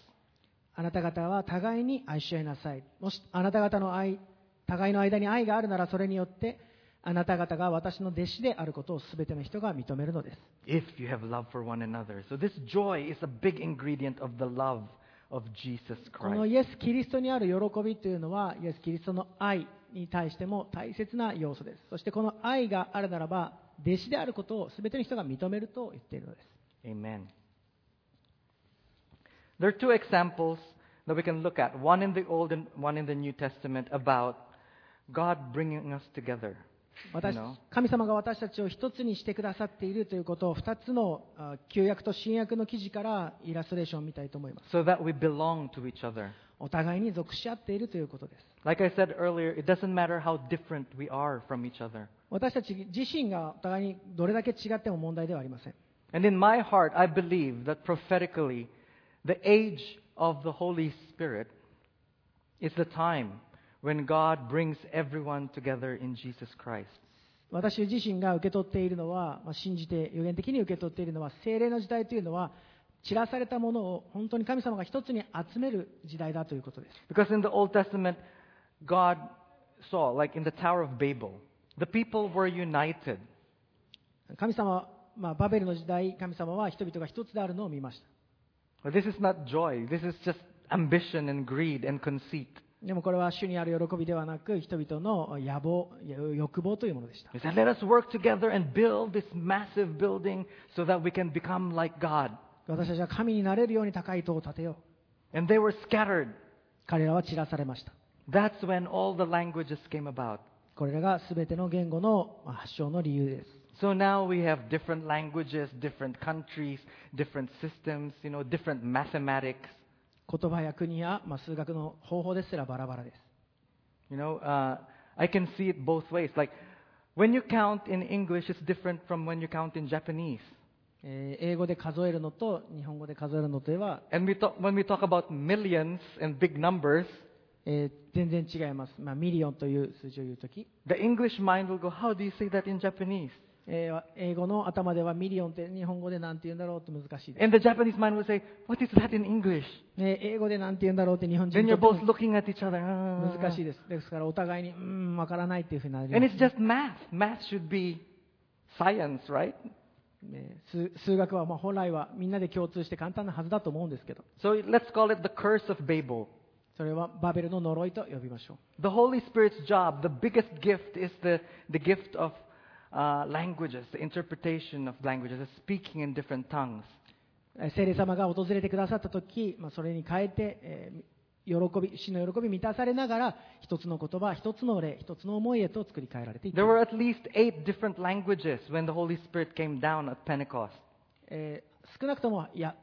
あなた方は互いに愛し合いなさいもしあなた方の愛互いの間に愛があるならそれによってあなた方が私の弟子であることを全ての人が認めるのです
If you have love for one another. So, this joy is a big ingredient of the love of Jesus
この
Christ.
イエス・キリストにある喜びというのはイエス・キリストの愛に対しても大切な要素ですそしてこの愛があるならば弟子であることを全ての人が認めると言っているのです
Amen. There are two examples that we can look at one in the Old and one in the New Testament about God bringing us together.
私
You know.
神様が私たちを一つにしてくださっているということを2つのあ旧約と新約の記事からイラストレーションを見たいと思います
So that we belong to each other.
お互いに属し合っているということです
Like I said earlier, it doesn't matter how different we are from each other.
私たち自身がお互いにどれだけ違っても問題ではありません
And in my heart, I believe that prophetically, the age of the Holy Spirit is the time when God brings everyone together in Jesus Christ.
私自身が受け取っているのは、まあ信じて予言的に受け取っているのは精霊の時代というのは散らされたものを本当に神様が一つに集める時代だということです
Because in the Old Testament, God saw, like in the Tower of Babel, the people were united.
神様は、まあ、バベルの時代神様は人々が一つであるのを見ました
But this is not joy, this is just ambition and greed and conceit.
でもこれは主にある喜びではなく人々の野望や欲望というものでした
He said, Let us work together and build this massive building so that we can become like God.
私たちは神になれるように高い塔を建てよう
And they were scattered.
彼らは散らされました
That's when all the languages came about.
これらが全ての言語のまあ発祥の理由です
So now we have different languages, different countries, different systems, you know, different mathematics.
言葉や国や、まあ、数学の方法ですらバラバラです
You know, uh, I can see it both ways. Like when you count in English, it's different from when you count in Japanese.
えー英語で数えるのと日本語で数えるのとでは、
And we talk, when we talk about millions and big numbers,
えー全然違います、まあ、ミリオンという数字を言うとき、
the English mind will go, "How do you say that in Japanese?"
えー英語の頭ではミリオンって日本語でなんて言うんだろうって難しいです、
And the Japanese mind will say, "What is that in English?"
ね英語でなんて言うんだろうって日本人
Then
にと
you're
って
both
も
looking at each other. "Ah."
難しいですですからお互いにうーんわからないっていうふうになり
And
ます
it's just math. Math should be science, right?
ね数数学はまあ本来はみんなで共通して簡単なはずだと思うんですけど
So let's call it the curse of Babel.
それはバベルの呪いと呼びましょう
The Holy Spirit's job, the biggest gift, is the, the gift of uh, languages, the interpretation of languages, the speaking in different tongues.
えー聖霊様が訪れてくださった時、まあ、それに変えて、えー喜び死の喜び満たされながら一つの言葉一つの霊一つの思いへと作り変えられていった
There were at least eight different languages when the Holy Spirit came down at Pentecost.
えー少なくともいや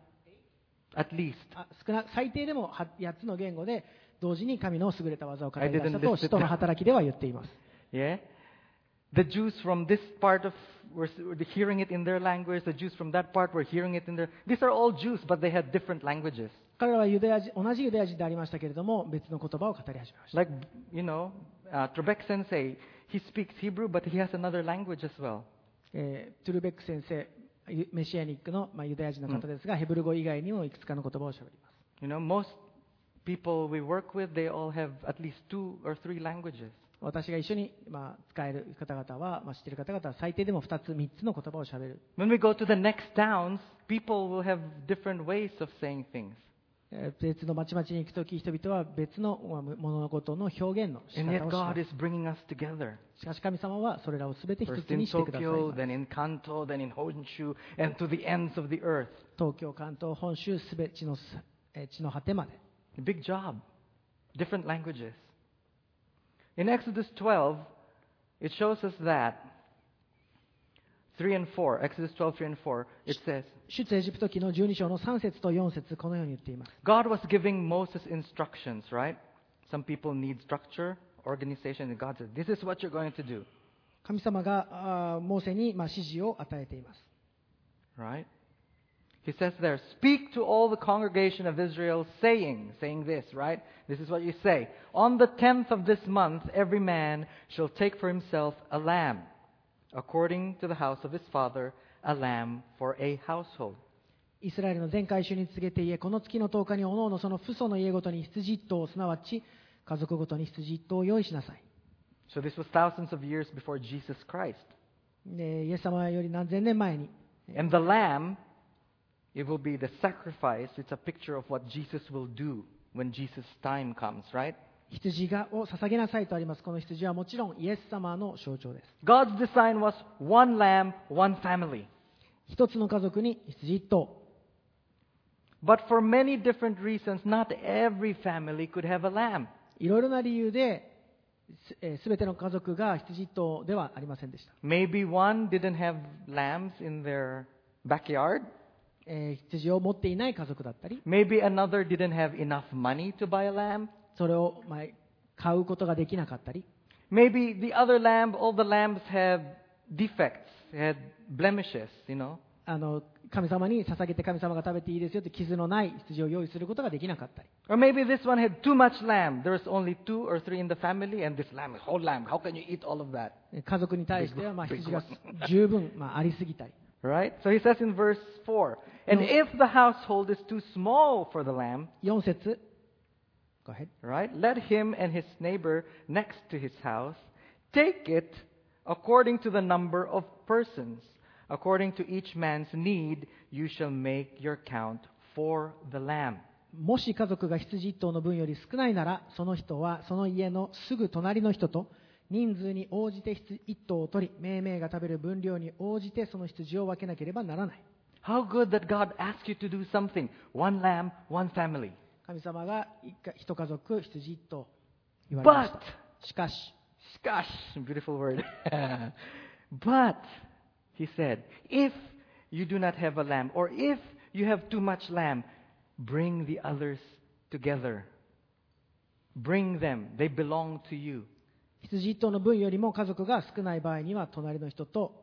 At least.
あ少な最低でも8つの言語で同時に神の優れた技を語
I
り
didn't
出した
list
と
it.
使徒の働きでは言っています
Yeah? The Jews from this part of were s- were hearing it in their language. The Jews from that part were hearing it in their. These are all Jews, but they had different languages.
彼らはユダヤ人同じユダヤ人でありましたけれども別の言葉を語り始めました
Like, you know, uh, Trebek sensei, he speaks Hebrew, but he has another language as well.
えートゥルベック先生ユメシアニックの、まあ、ユダヤ人の方ですが、ヘブル語以外にもいくつかの言葉をしゃべります
You know, most people we work with, they all have at least two or three languages.
私が一緒に、まあ、使える方々は、まあ、知っている方々は最低でも2つ3つの言葉をしゃべる、
When we go to the next towns, people will have different ways of saying things.
えー別の町々に行くとき人々は別のまあむ物事の表現の仕
And
方
yet
をしま
God
す
is bringing us together.
しかし神様はそれらを全て一
First
つ
in
にしてください
Tokyo,
ます
then in Kanto, then in Honshu, and to the ends of the earth.
東京関東本州すべ地のすえー地の果てまで
Big job. Different languages. In Exodus 12, it shows us that. 3 and 4, Exodus 12, 3 and 4, it says,
出エジプト記の12章の3節と4節このように言っています
God was giving Moses instructions, right? Some people need structure, organization, and God said, This is what you're going to do.
神様があーモーセにまあ指示を与えています
Right? He says there, Speak to all the congregation of Israel, saying, saying this, right? This is what you say. On the tenth of this month, every man shall take for himself a lamb, according to the house of his father, a lamb for a household.
イスラエルの全会衆に告げて言えこの月の10日におのおのその父祖の家ごとに羊一頭すなわち家族ごとに羊一頭を用意しなさい
So this was thousands of years before Jesus Christ.
でイエス様より何千年前に
And the lamb, it will be the sacrifice. It's a picture of what Jesus will do when Jesus' time comes, right?
羊がを捧げなさいとありますこの羊はもちろんイエス様の象徴です
God's design was one lamb, one family.
一つの家族に羊一頭
But for many different reasons, not every family could have a lamb.
いろいろな理由ですえー全ての家族が羊一頭ではありませんでした、
Maybe one didn't have lambs in their backyard.
えー羊を持っていない家族だったり
Maybe another didn't have enough money to buy a lamb.
それをまあ買うことができなかったり
Maybe the other lamb, all the lambs have defects, had blemishes, you know.
あの神様に捧げて神様が食べていいですよって傷のない羊を用意することができなかったり
Or maybe this one had too much lamb. There was only two or three in the family, and this lamb is whole lamb. How can you eat all of that?
えー家族に対してはまあ
ビッグ
羊が十分、まあ、ありすぎたり
Right? So he says in verse 4 And
No.
if the household is too small for the lamb,
4節 Go ahead.
right, let him and his neighbor next to his house take it according to the number of persons. According to each man's need, you shall make your count for the lamb.
もし家族が羊1頭の分より少ないならその人はその家のすぐ隣の人と人数に応じて羊1頭を取り命名が食べる分量に応じてその羊を分けなければならない
How good that God asked you to do something. One lamb, one family.
神様が一家一家族羊1頭言われました
But-
しかし
Gosh, beautiful word. [laughs] but, he said, if you do not have a lamb, or if you have too much lamb, bring the others together. Bring them. They belong to you.
羊1頭の分よりも家族が少ない場合には隣の人と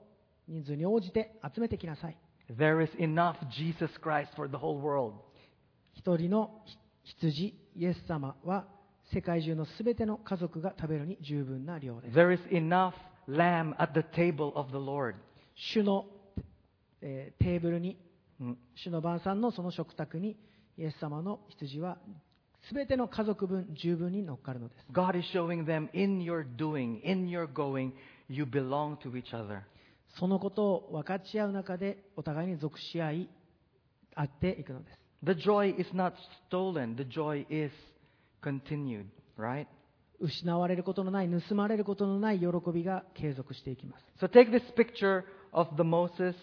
人数に応じて集めてきなさい
There is enough Jesus Christ for the whole world.
一人の羊イエス様は世界中のすべての家族が食べるに十分な量です
There is enough lamb at the table of the Lord.
主の、えーテーブルに
Mm.
主の晩餐のその食卓にイエス様の羊は全ての家族分十分に乗っかるのです
God is showing them in your doing, in your going, you belong to each other.
そのことを分かち合う中でお互いに属し合いあっていくのです
The joy is not stolen, the joy is continued, right?
失われることのない盗まれることのない喜びが継続していきます
So take this picture of the Moses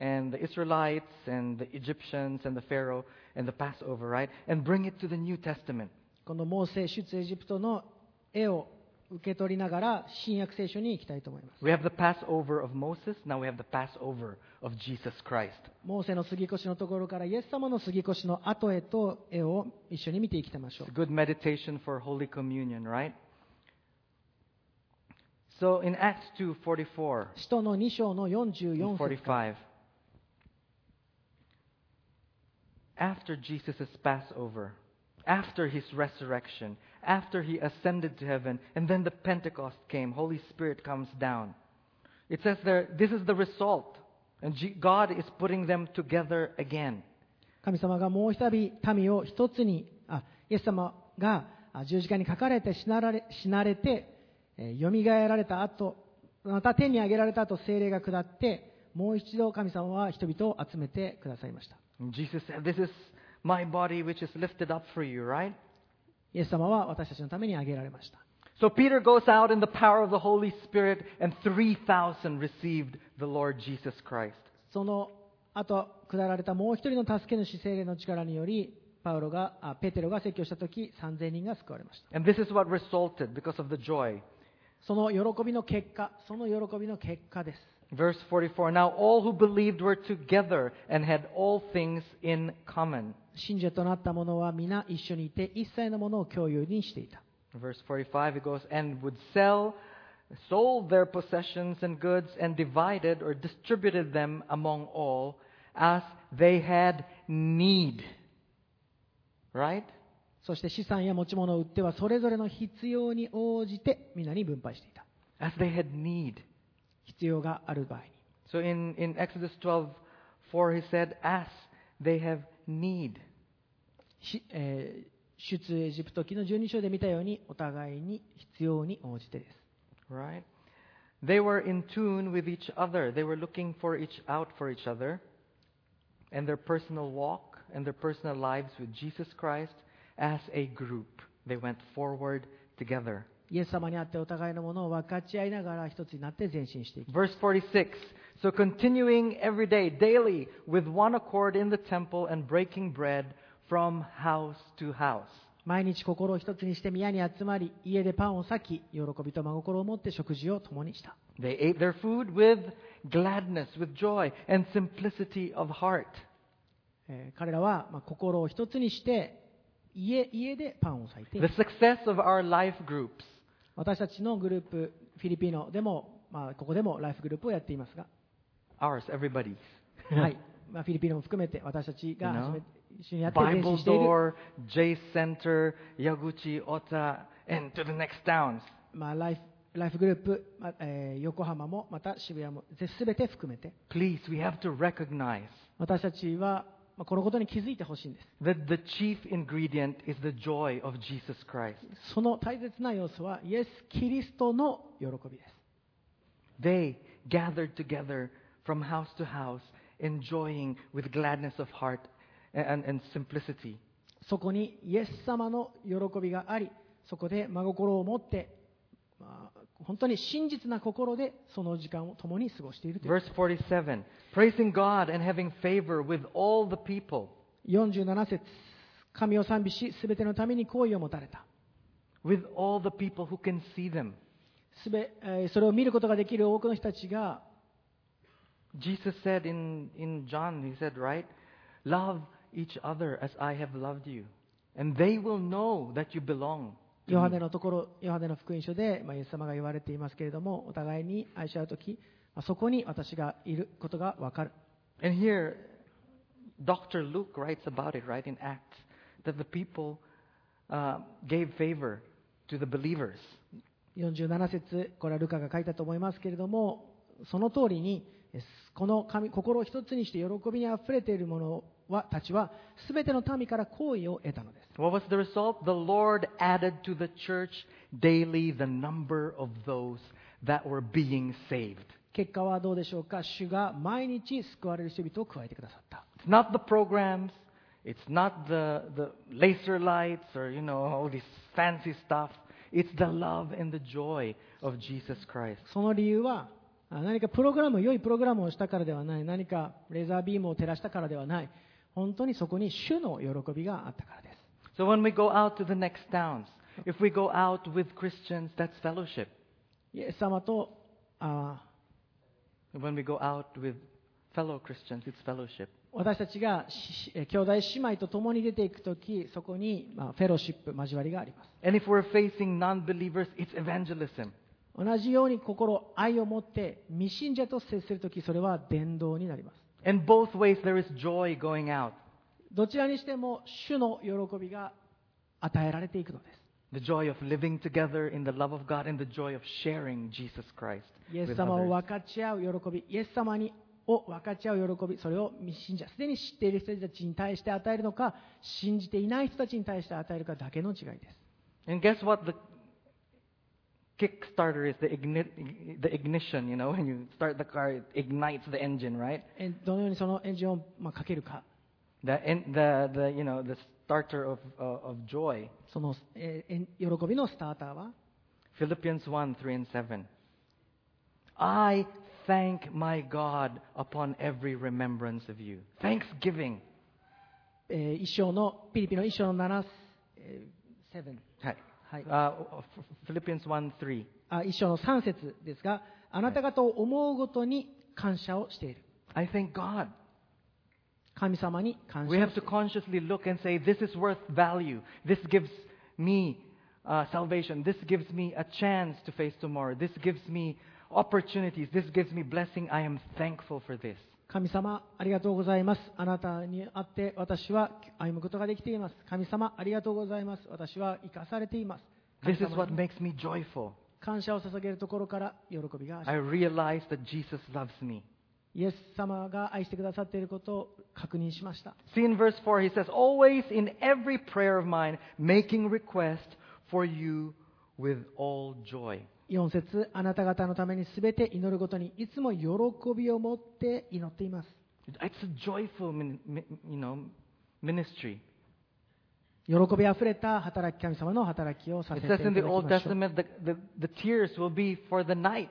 and the Israelites and the Egyptians and the Pharaoh and the Passover, right? And bring it to the New Testament.
このモーセ出エジプトの絵を受け取りながら新約聖書に行きたいと思います
We have the Passover of Moses, now we have the Passover of Jesus Christ.
モーセの杉越のところからイエス様の杉越の後へと絵を一緒に見ていきましょう
It's a good meditation for Holy Communion, right? So in Acts 2:44
使徒の2章の44
and
節から
45 after Jesus' Passover, after his resurrection, after he ascended to heaven, and then the Pentecost came, Holy Spirit comes down. It says there, this is the result. And G- God is putting them together again.
神様がもう一度民を一つにあイエス様があ十字架にかかれて死なられ死なれてえーよみがえられた後また天に上げられた後精霊が下ってもう一度神様は人々を集めてくださいました
And Jesus said, This is my body which is lifted up for you, right?
イエス様は私たちのために上げられました
So Peter goes out in the power of the Holy Spirit, and 3,000 received the Lord Jesus Christ.
その後下られたもう一人の助け主精霊の力によりパウロがあペテロが説教した時3000人が救われました
And this is what resulted because of the joy.
その喜びの結果その喜びの結果です
Verse 44 Now all who believed were together and had all things in common.
信者となった者は皆一緒にいて一切のものを共有にしていた
Verse 45, it goes, and would sell, sold their possessions and goods, and divided or distributed them among all as they had need. Right?
そして資産や持ち物を売ってはそれぞれの必要に応じて皆に分配していた
As they had need.
必要がある場合に
So in, in Exodus 12, 4, he said, as they have need.
し、えー出エジプト記の12章で見たようにお互いに必要に応じてです
Right? They were in tune with each other. They were looking for each out for each other. And their personal walk and their personal lives with Jesus Christ as a group. They went forward together.
イエス様にあってお互いのものを分かち合いながら一つになって前進していき
Verse 46. So continuing every day, daily, with one accord in the temple and breaking bread from house to house.
毎日心を一つにして宮に集まり家でパンを裂き喜びと真心を持って食事を共にした
They ate their food with gladness, with joy, and simplicity of heart.
えー彼らは、まあ、心を一つにして家家でパンを裂いていた
The success of our life groups
私たちのグループフィリピーノでも、まあ、ここでもライフグループをやっていますが、
ours, everybody's.
はいまあ、フィリピーノも含めて私たちが
You know?
初め一緒にやって練
Bible
習している、
Door, J Center, Yaguchi, Ota, and to the next towns.
まあ、ライフライフグループ、まあえー横浜もまた渋谷もぜ全て含めて
Please, we have to recognize
私たちは、まあ、このことに気づいてほしいんです
that the chief ingredient is the joy of Jesus Christ.
その大切な要素はイエス・キリストの喜びです
They gathered together from house to house, enjoying with gladness of heart and, and simplicity.
そこにイエス様の喜びがありそこで真心を持って、まあ、本当に真実な心でその時間を共に過ごしているという
Verse 47 Praising God and having favor with all the people.
47節神を賛美し全てのために好意を持たれた
With all the people who can see them.
すべ、えーそれを見ることができる多くの人たちが
Jesus said in, in John, he said, right? Love each other as I have loved you. And they will know that you belong. to
ヨハ
me."
ネのところヨハネの福音書で、まあ、イエス様が言われていますけれどもお互いに愛し合う時、まあそこに私がいることがわかる
And here, Dr. Luke writes about it, right, in Acts, that the people uh, gave favor to the believers.
47節これはルカが書いたと思いますけれどもその通りにえーこの神心を一つにして喜びにあふれている者はたちは全ての民から好意を得たのです
What was the result? The Lord added to the church daily the number of those that were being saved.
結果はどうでしょうか主が毎日救われる人々を加えてくださった
It's not the programs, it's not the, the laser lights or, you know, all this fancy stuff. It's the love and the joy of Jesus Christ.
その理由はあ何かプログラム良いプログラムをしたからではない何かレーザービームを照らしたからではない本当にそこに主の喜びがあったからです
So when we go out to the next towns, if we go out with Christians, that's fellowship.
イエス様とあ
When we go out with fellow Christians, it's fellowship.
私たちがしえ兄弟姉妹と共に出ていくときそこに、まあ、フェロシップ交わりがあります
And if we're facing non believers, it's evangelism.
同じように心愛を持って未信者と接するときそれは伝道になります
And both ways, there is joy going out
どちらにしても主の喜びが与えられていくのです
the joy of living together in the love of God and the joy of sharing Jesus Christ.
イエス
with
様を
others.
分かち合う喜び、イエス様にを分かち合う喜び、それを未信者、すでに知っている人たちに対して与えるのか、信じていない人たちに対して与えるかだけの違いです。
And guess what? The Kickstarter is the, igni- the ignition. You know, [laughs] when you start the car, it ignites the engine, right?
えどのようにそのエンジンを、まあかけるか、
The, en- the, the you know the starter of, uh, of joy.
その、えーえん喜びのスターターは、
Philippians 1, 3 and 7. I thank my God upon every remembrance of you. Thanksgiving.
えー一章の、ピリピの一章の7、えー、7
Hi.
Hi.
Uh, Ph- Philippians 1, 3.
あ、一章の3節ですが、あなた方を思うごとに感謝をしている。
I thank God.
神様に感謝を
We
して
have
いる
to consciously look and say, this is worth value. This gives me uh, salvation. This gives me a chance to face tomorrow. This gives me opportunities. This gives me blessing. I am thankful for this.
神様、ありがとうございます。あなたにあって私は歩むことができています。神様、ありがとうございます。私は生かされています。
This
神
is
様
what
に
makes me joyful.
感謝を捧げるところから喜びがあ
I
る。
realize that Jesus loves me.
イエス様が愛してくださっていることを確認しました。
See in verse 4, he says, Always in every prayer of mine, making request for you with all joy.
4節あなた方のためにすべて祈るごとにいつも喜びを持って祈っています。
It's a joyful min, min- you know, ministry.
喜びあふれた働き神様の働きをさせ
It
ていた
says
だ
in
き
the Old
ましょう
Testament the, the, the tears will be for the night,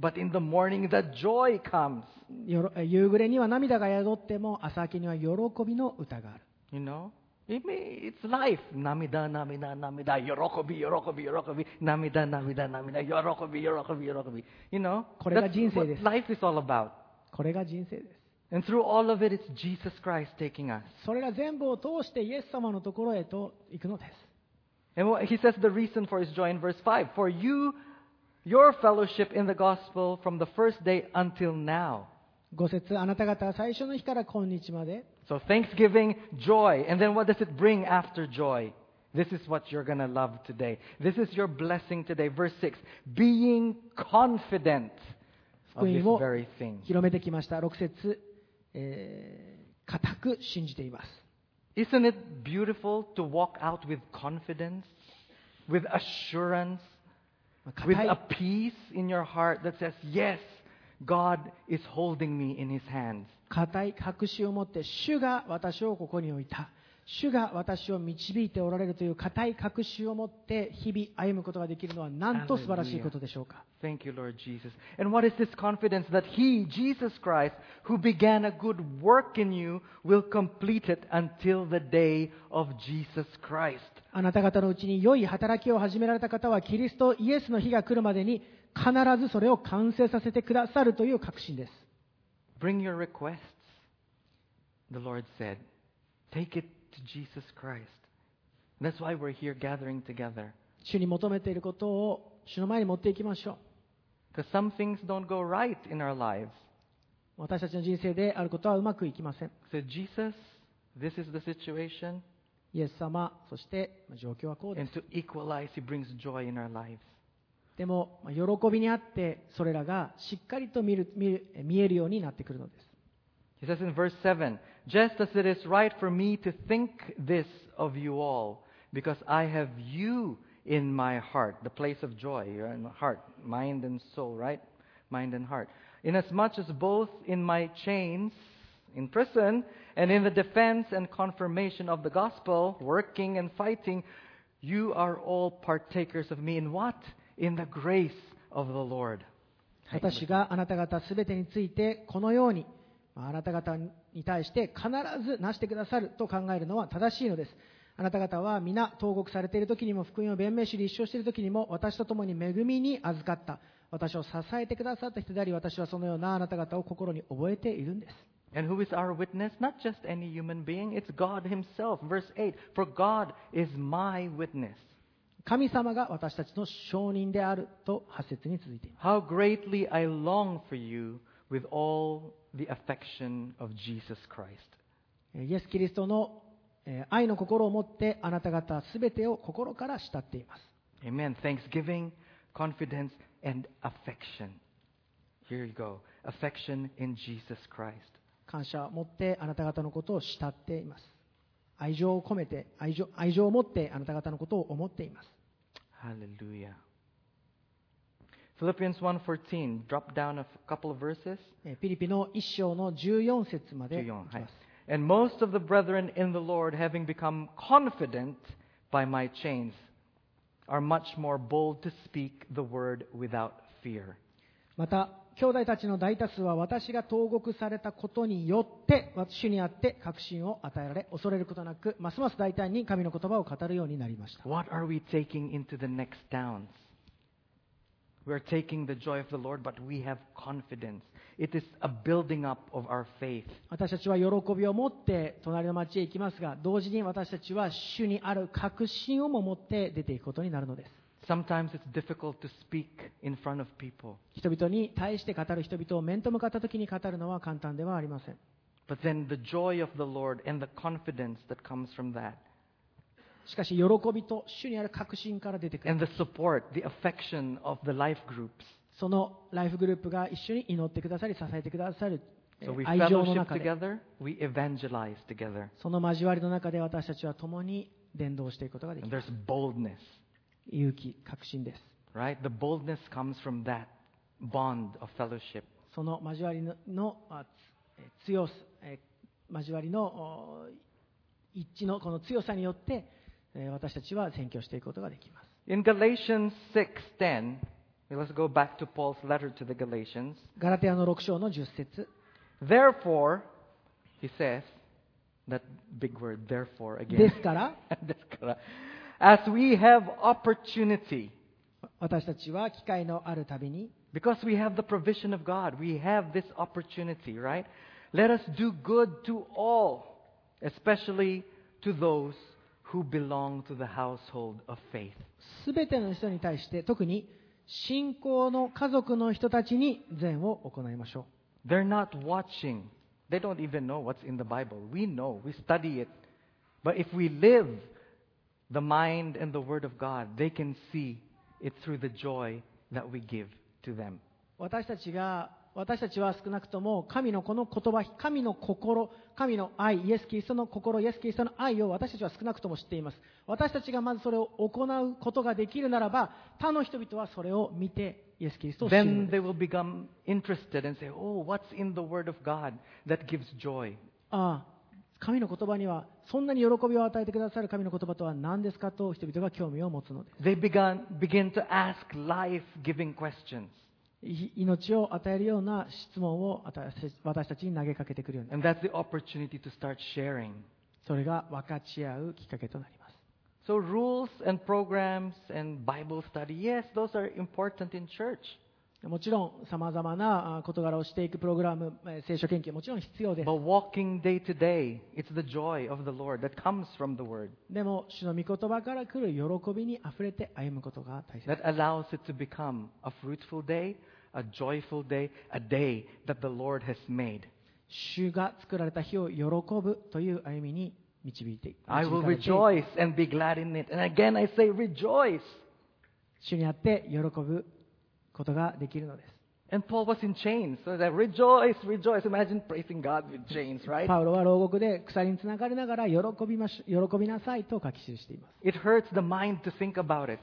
but in the morning the joy comes.
よろ夕暮れには涙が宿っても朝明けには喜びの歌がある
You know? It may, it's life. Namida, namida, namida, yorokobi, yorokobi, yorokobi, namida, namida, namida, yorokobi, yorokobi, yorokobi. You know?
これが
That's
人生
what
です。
life is all about.
これが人生です
And through all of it, it's Jesus Christ taking us.
それら全部を通してイエス様のところへと行くのです
And what, he says the reason for his joy in verse 5 For you, your fellowship in the gospel from the first day until now.
5節あなた方は最初の日から今日まで
So thanksgiving, joy, and then what does it bring after joy? This is what you're going to love today. This is your blessing today. Verse 6 being confident of
福
this
音を
very thing.
広めてきました6節、えー固く信じています
Isn't it beautiful to walk out with confidence, with assurance,
まあ
with
固
a
い
peace in your heart that says, Yes, God is holding me in His hands.
固い確信を持って主が私をここに置いた主が私を導いておられるという固い確信を持って日々歩むことができるのはなんと素晴らしいことでしょうか
Thank you, Lord Jesus. And what is this confidence that He, Jesus Christ, who began a good work in you, will complete it until the day of Jesus Christ?
あなた方のうちに良い働きを始められた方はキリストイエスの日が来るまでに必ずそれを完成させてくださるという確信です
Bring your requests, the Lord said. Take it to Jesus Christ. That's why we're here gathering together.
主に求めていることを主の前に持っていきましょ
Because some things don't go right in our lives.
う私たちの人生であることはうまくいきません
So, Jesus, this is the situation.
イエス様そしてまあ状況はこうです
And to equalize, He brings joy in our lives.
でも、まあ喜びにあって、それらがしっかりと見る見るえ見えるようになってくるのです。
He says in verse 7 Just as it is right for me to think this of you all, because I have you in my heart, the place of joy, your own heart, mind and soul, right? Mind and heart. Inasmuch as both in my chains, in prison, and in the defense and confirmation of the gospel, working and fighting, you are all partakers of me. In what? In the grace of the Lord.
私があなた方すべてについて、このように、まああなた方に対して必ずなしてくださると考えるのは正しいのです。あなた方は皆、投獄されている時にも、福音を弁明し、立証している時にも、私と共に恵みに預かった。私を支えてくださった人であり、私はそのようなあなた方を心に覚えているんです。
And who is our witness? Not just any human being, it's God Himself. Verse 8 For God is my witness.
神様が私たちの証人であると、8節に続いています。
How greatly I long for you with all the affection of Jesus Christ.
えーイエス・キリストのえー愛の心を持ってあなた方すべてを心から慕っています。
Amen. Thanksgiving, confidence, and affection. Here you go. Affection in Jesus Christ.
感謝を持ってあなた方のことを慕っています。愛情を込めて愛情、愛情を持ってあなた方のことを思っています。
Hallelujah. Philippians 1:14. Drop down a f- couple of verses.
えーピリピの一章の14節までいきま
14, はい
す。
And most of the brethren in the Lord, having become confident by my chains, are much more bold to speak the word without fear.
また、兄弟たちの大多数は私が投獄されたことによって、主にあって確信を与えられ、恐れることなく、ますます大胆に神の言葉を語るようになりました。
What are we taking into the next towns? We're taking the joy of the Lord, but we have confidence It is a building up of our faith.
私たちは喜びを持って隣の町へ行きますが同時に私たちは主にある確信をも持って出ていくことになるのです
Sometimes it's difficult to speak in front of people,
人々に対して語る人々を面と向かった時に語るのは簡単ではありません
but then the joy of the Lord and the confidence that comes from that,
しかし喜びと主にある確信から出てく
and
る
the support, the affection of the life groups.
そのライフグループが一緒に祈ってくださり支えてくださるえ
So
ー
we
愛情の
fellowship
中で
together, we evangelize together.
その交わりの中で私たちは共に伝道していくことができ
And
る
there's boldness,
勇気確信です
right? The boldness comes from that bond of fellowship.
その交わりののあつえー強さ、えー交わりのお一致のこの強さによって、えー私たちは宣教していくことができます。
In Galatians 6:10, let's go back to Paul's letter to the Galatians.
ガラテアの6章の10節
Therefore, he says, that big word, therefore,
で
again. [laughs]
すから、
Deskara. As we have opportunity,
私たちは機会のあるたびに、
because we have the provision of God, we have this opportunity, right? Let us do good to all, especially to those who belong to the household of faith.
すべての人に対して、特に信仰の家族の人たちに善を行いましょ
They're not watching. They don't even know what's in the Bible. We know, we study it. But if we live the mind and the Word of God, they can see it through the joy that we give to them.
う。私たちが私たちは少なくとも神のこの言葉、神の心、神の愛、イエス・キリストの心、イエス・キリストの愛を私たちは少なくとも知っています。私たちがまずそれを行うことができるならば、他の人々はそれを見て、イエス・キリストを知るの
Then
で
they
す
will become interested and say, Oh, what's in the Word of God that gives joy?
ああ、神の言葉にはそんなに喜びを与えてくださる神の言葉とは何ですかと人々が興味を持つのです。
They began, begin to ask life giving questions.
い命を与えるような質問を私たち私たちに投げかけてくるようになる
And that's the opportunity to start sharing.
それが分かち合うきっかけとなります。
So, rules and programs and Bible study, yes, those are important in church.
もちろん、さまざまなあ事柄をしていくプログラム、えー聖書研究もちろん必要です。
But walking day to day, it's the joy of the Lord that comes from the Word
でも、主の御言葉から来る喜びにあふれて歩むことが大切で
that allows it to become a fruitful day, a joyful day, a day that the Lord has made.
す。主が作られた日を喜ぶという歩みに導いて
I
導
will
かれて
rejoice and be glad in it. And again, I say, rejoice.
主にあって喜ぶことができるのです。
And Paul was in chains, so that rejoice, rejoice. Imagine praising God with chains, right?
パウロは牢獄で鎖につながれながら喜びまし喜びなさいと書き記しています。
It hurts the mind to think about it.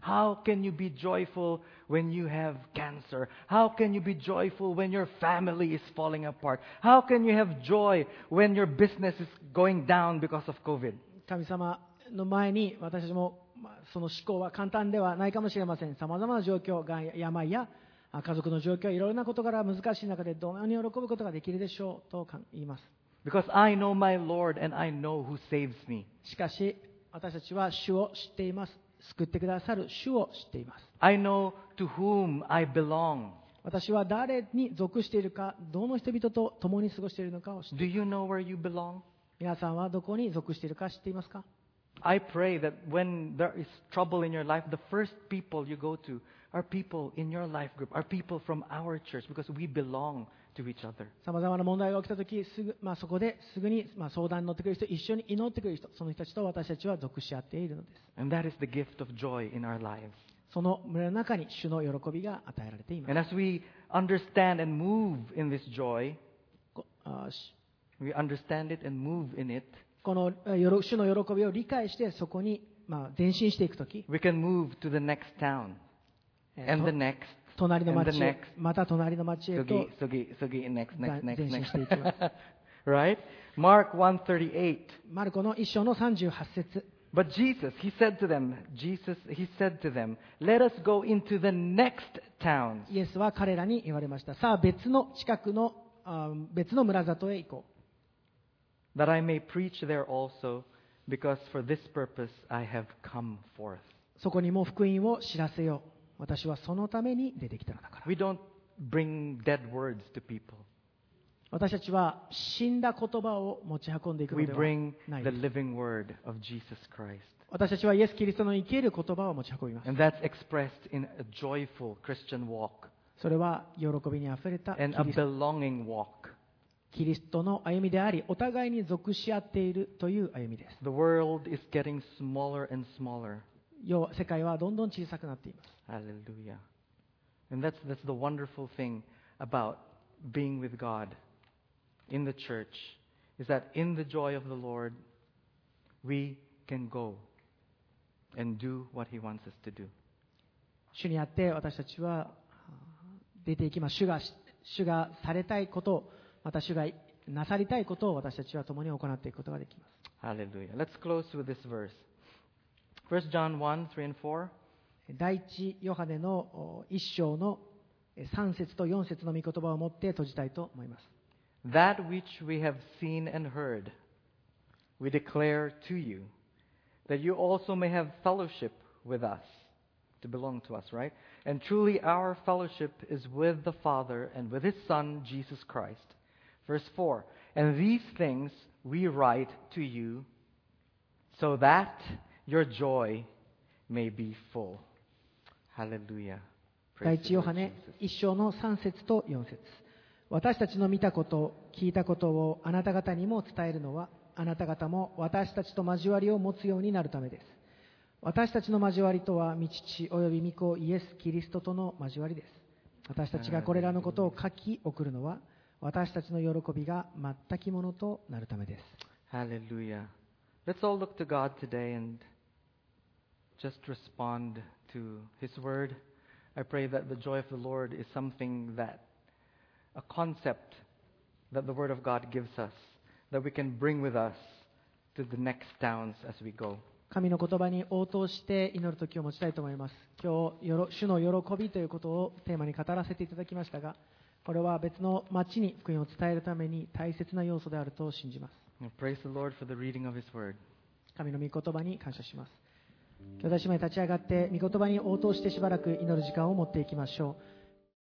How can you be joyful when you have cancer? How can you be joyful when your family is falling apart? How can you have joy when your business is going down because of COVID?
神様の前に私たちも、まあその思考は簡単ではないかもしれませんさまざまな状況が病やあ家族の状況いろいろなことから難しい中でどのように喜ぶことができるでしょうとか言います
Because I know my Lord and I know who saves me.
しかし私たちは主を知っています救ってくださる主を知っています
I know to whom I belong.
私は誰に属しているかどの人々と共に過ごしているのかを知って
Do you know where you belong?
皆さんはどこに属しているか知っていますか
I pray that when there is trouble in your life, the first people you go to are people in your life group, are people from our church, because we belong to each other.
さまざまな問題が起きたとき、すぐまあ、そこですぐに、まあ、相談に乗ってくる人、一緒に祈ってくる人、その人たちと私たちは属し合っているのです。
And that is the gift of joy in our lives.
その村の中に主の喜びが与えられています。
And as we understand and move in this joy,
こあし
we understand it and move in it,
このえよろ主の喜びを理解して、そこに、まあ、前進していくとき、
we can move to the next town
えー
and
と
the next.
隣の
and the
町へ
next.、
また隣の町へと
Sugi,、sugi, sugi, next,
だ
next, next,
前進していきます。
next. [laughs] right? Mark 138.
マルコの一章の38節
But Jesus, he said to them, Jesus, he said to them, let us go into the next towns.
イエスは彼らに言われました。さあ、別の近くの、あ別の村里へ行こう。
that I may preach there also, because for this purpose I have come forth.
そこにも福音を知らせよう。私はそのために出てきたのだから。
We don't bring dead words to people.
私たちは死んだ言葉を持ち運んでいく
We
のでは
bring
ない
the living word of Jesus Christ.
私たちはイエス・キリストの生きる言葉を持ち運びます
And that's expressed in a joyful Christian walk
それは喜びにあふれたキ
and a
リスト
belonging walk.
キリストの歩みでありお互いに属し合っているという歩みです
The world is getting smaller and smaller.
要は世界はどんどん小さくなっています
Hallelujah. And that's, that's the wonderful thing about being with God in the church is that in the joy of the Lord, we can go and do what He wants us to do.
主にあって私たちはあー出ていきます主が主がされたいことをまた主がなさりたいことを私たちは共に行っていくことができます
Hallelujah. Let's close with this verse. 1 John 1, 3 and 4.
第一ヨハネのお一章のえ三節と四節の御言葉を持って閉じたいと思います
That which we have seen and heard, we declare to you, that you also may have fellowship with us, to belong to us, right? And truly our fellowship is with the Father and with his Son, Jesus Christ. Verse 4 And these things we write to you, so that your joy may be full. Hallelujah.
第
Praise
一
the
ヨ
Lord
ハネ
Jesus.
一章の三節と四節私たちの見たこと聞いたことをあなた方にも伝えるのはあなた方も私たちと交わりを持つようになるためです私たちの交わりとは御父および御子イエス・キリストとの交わりです私たちがこれらのことを書き送るのは私たちの喜びが全きものとなるためです
Hallelujah. Let's all look to God today and just respond to His Word. I pray that the joy of the Lord is something that, a concept that the Word of God gives us, that we can bring with us to the next towns as we go.
神の言葉に応答して祈る時を持ちたいと思います今日よろ主の喜びということをテーマに語らせていただきましたがこれは別の町に福音を伝えるために大切な要素であると信じます
And praise the Lord for the reading of His Word.
神の御言葉に感謝します兄弟姉妹立ち上がって御言葉に応答してしばらく祈る時間を持っていきましょう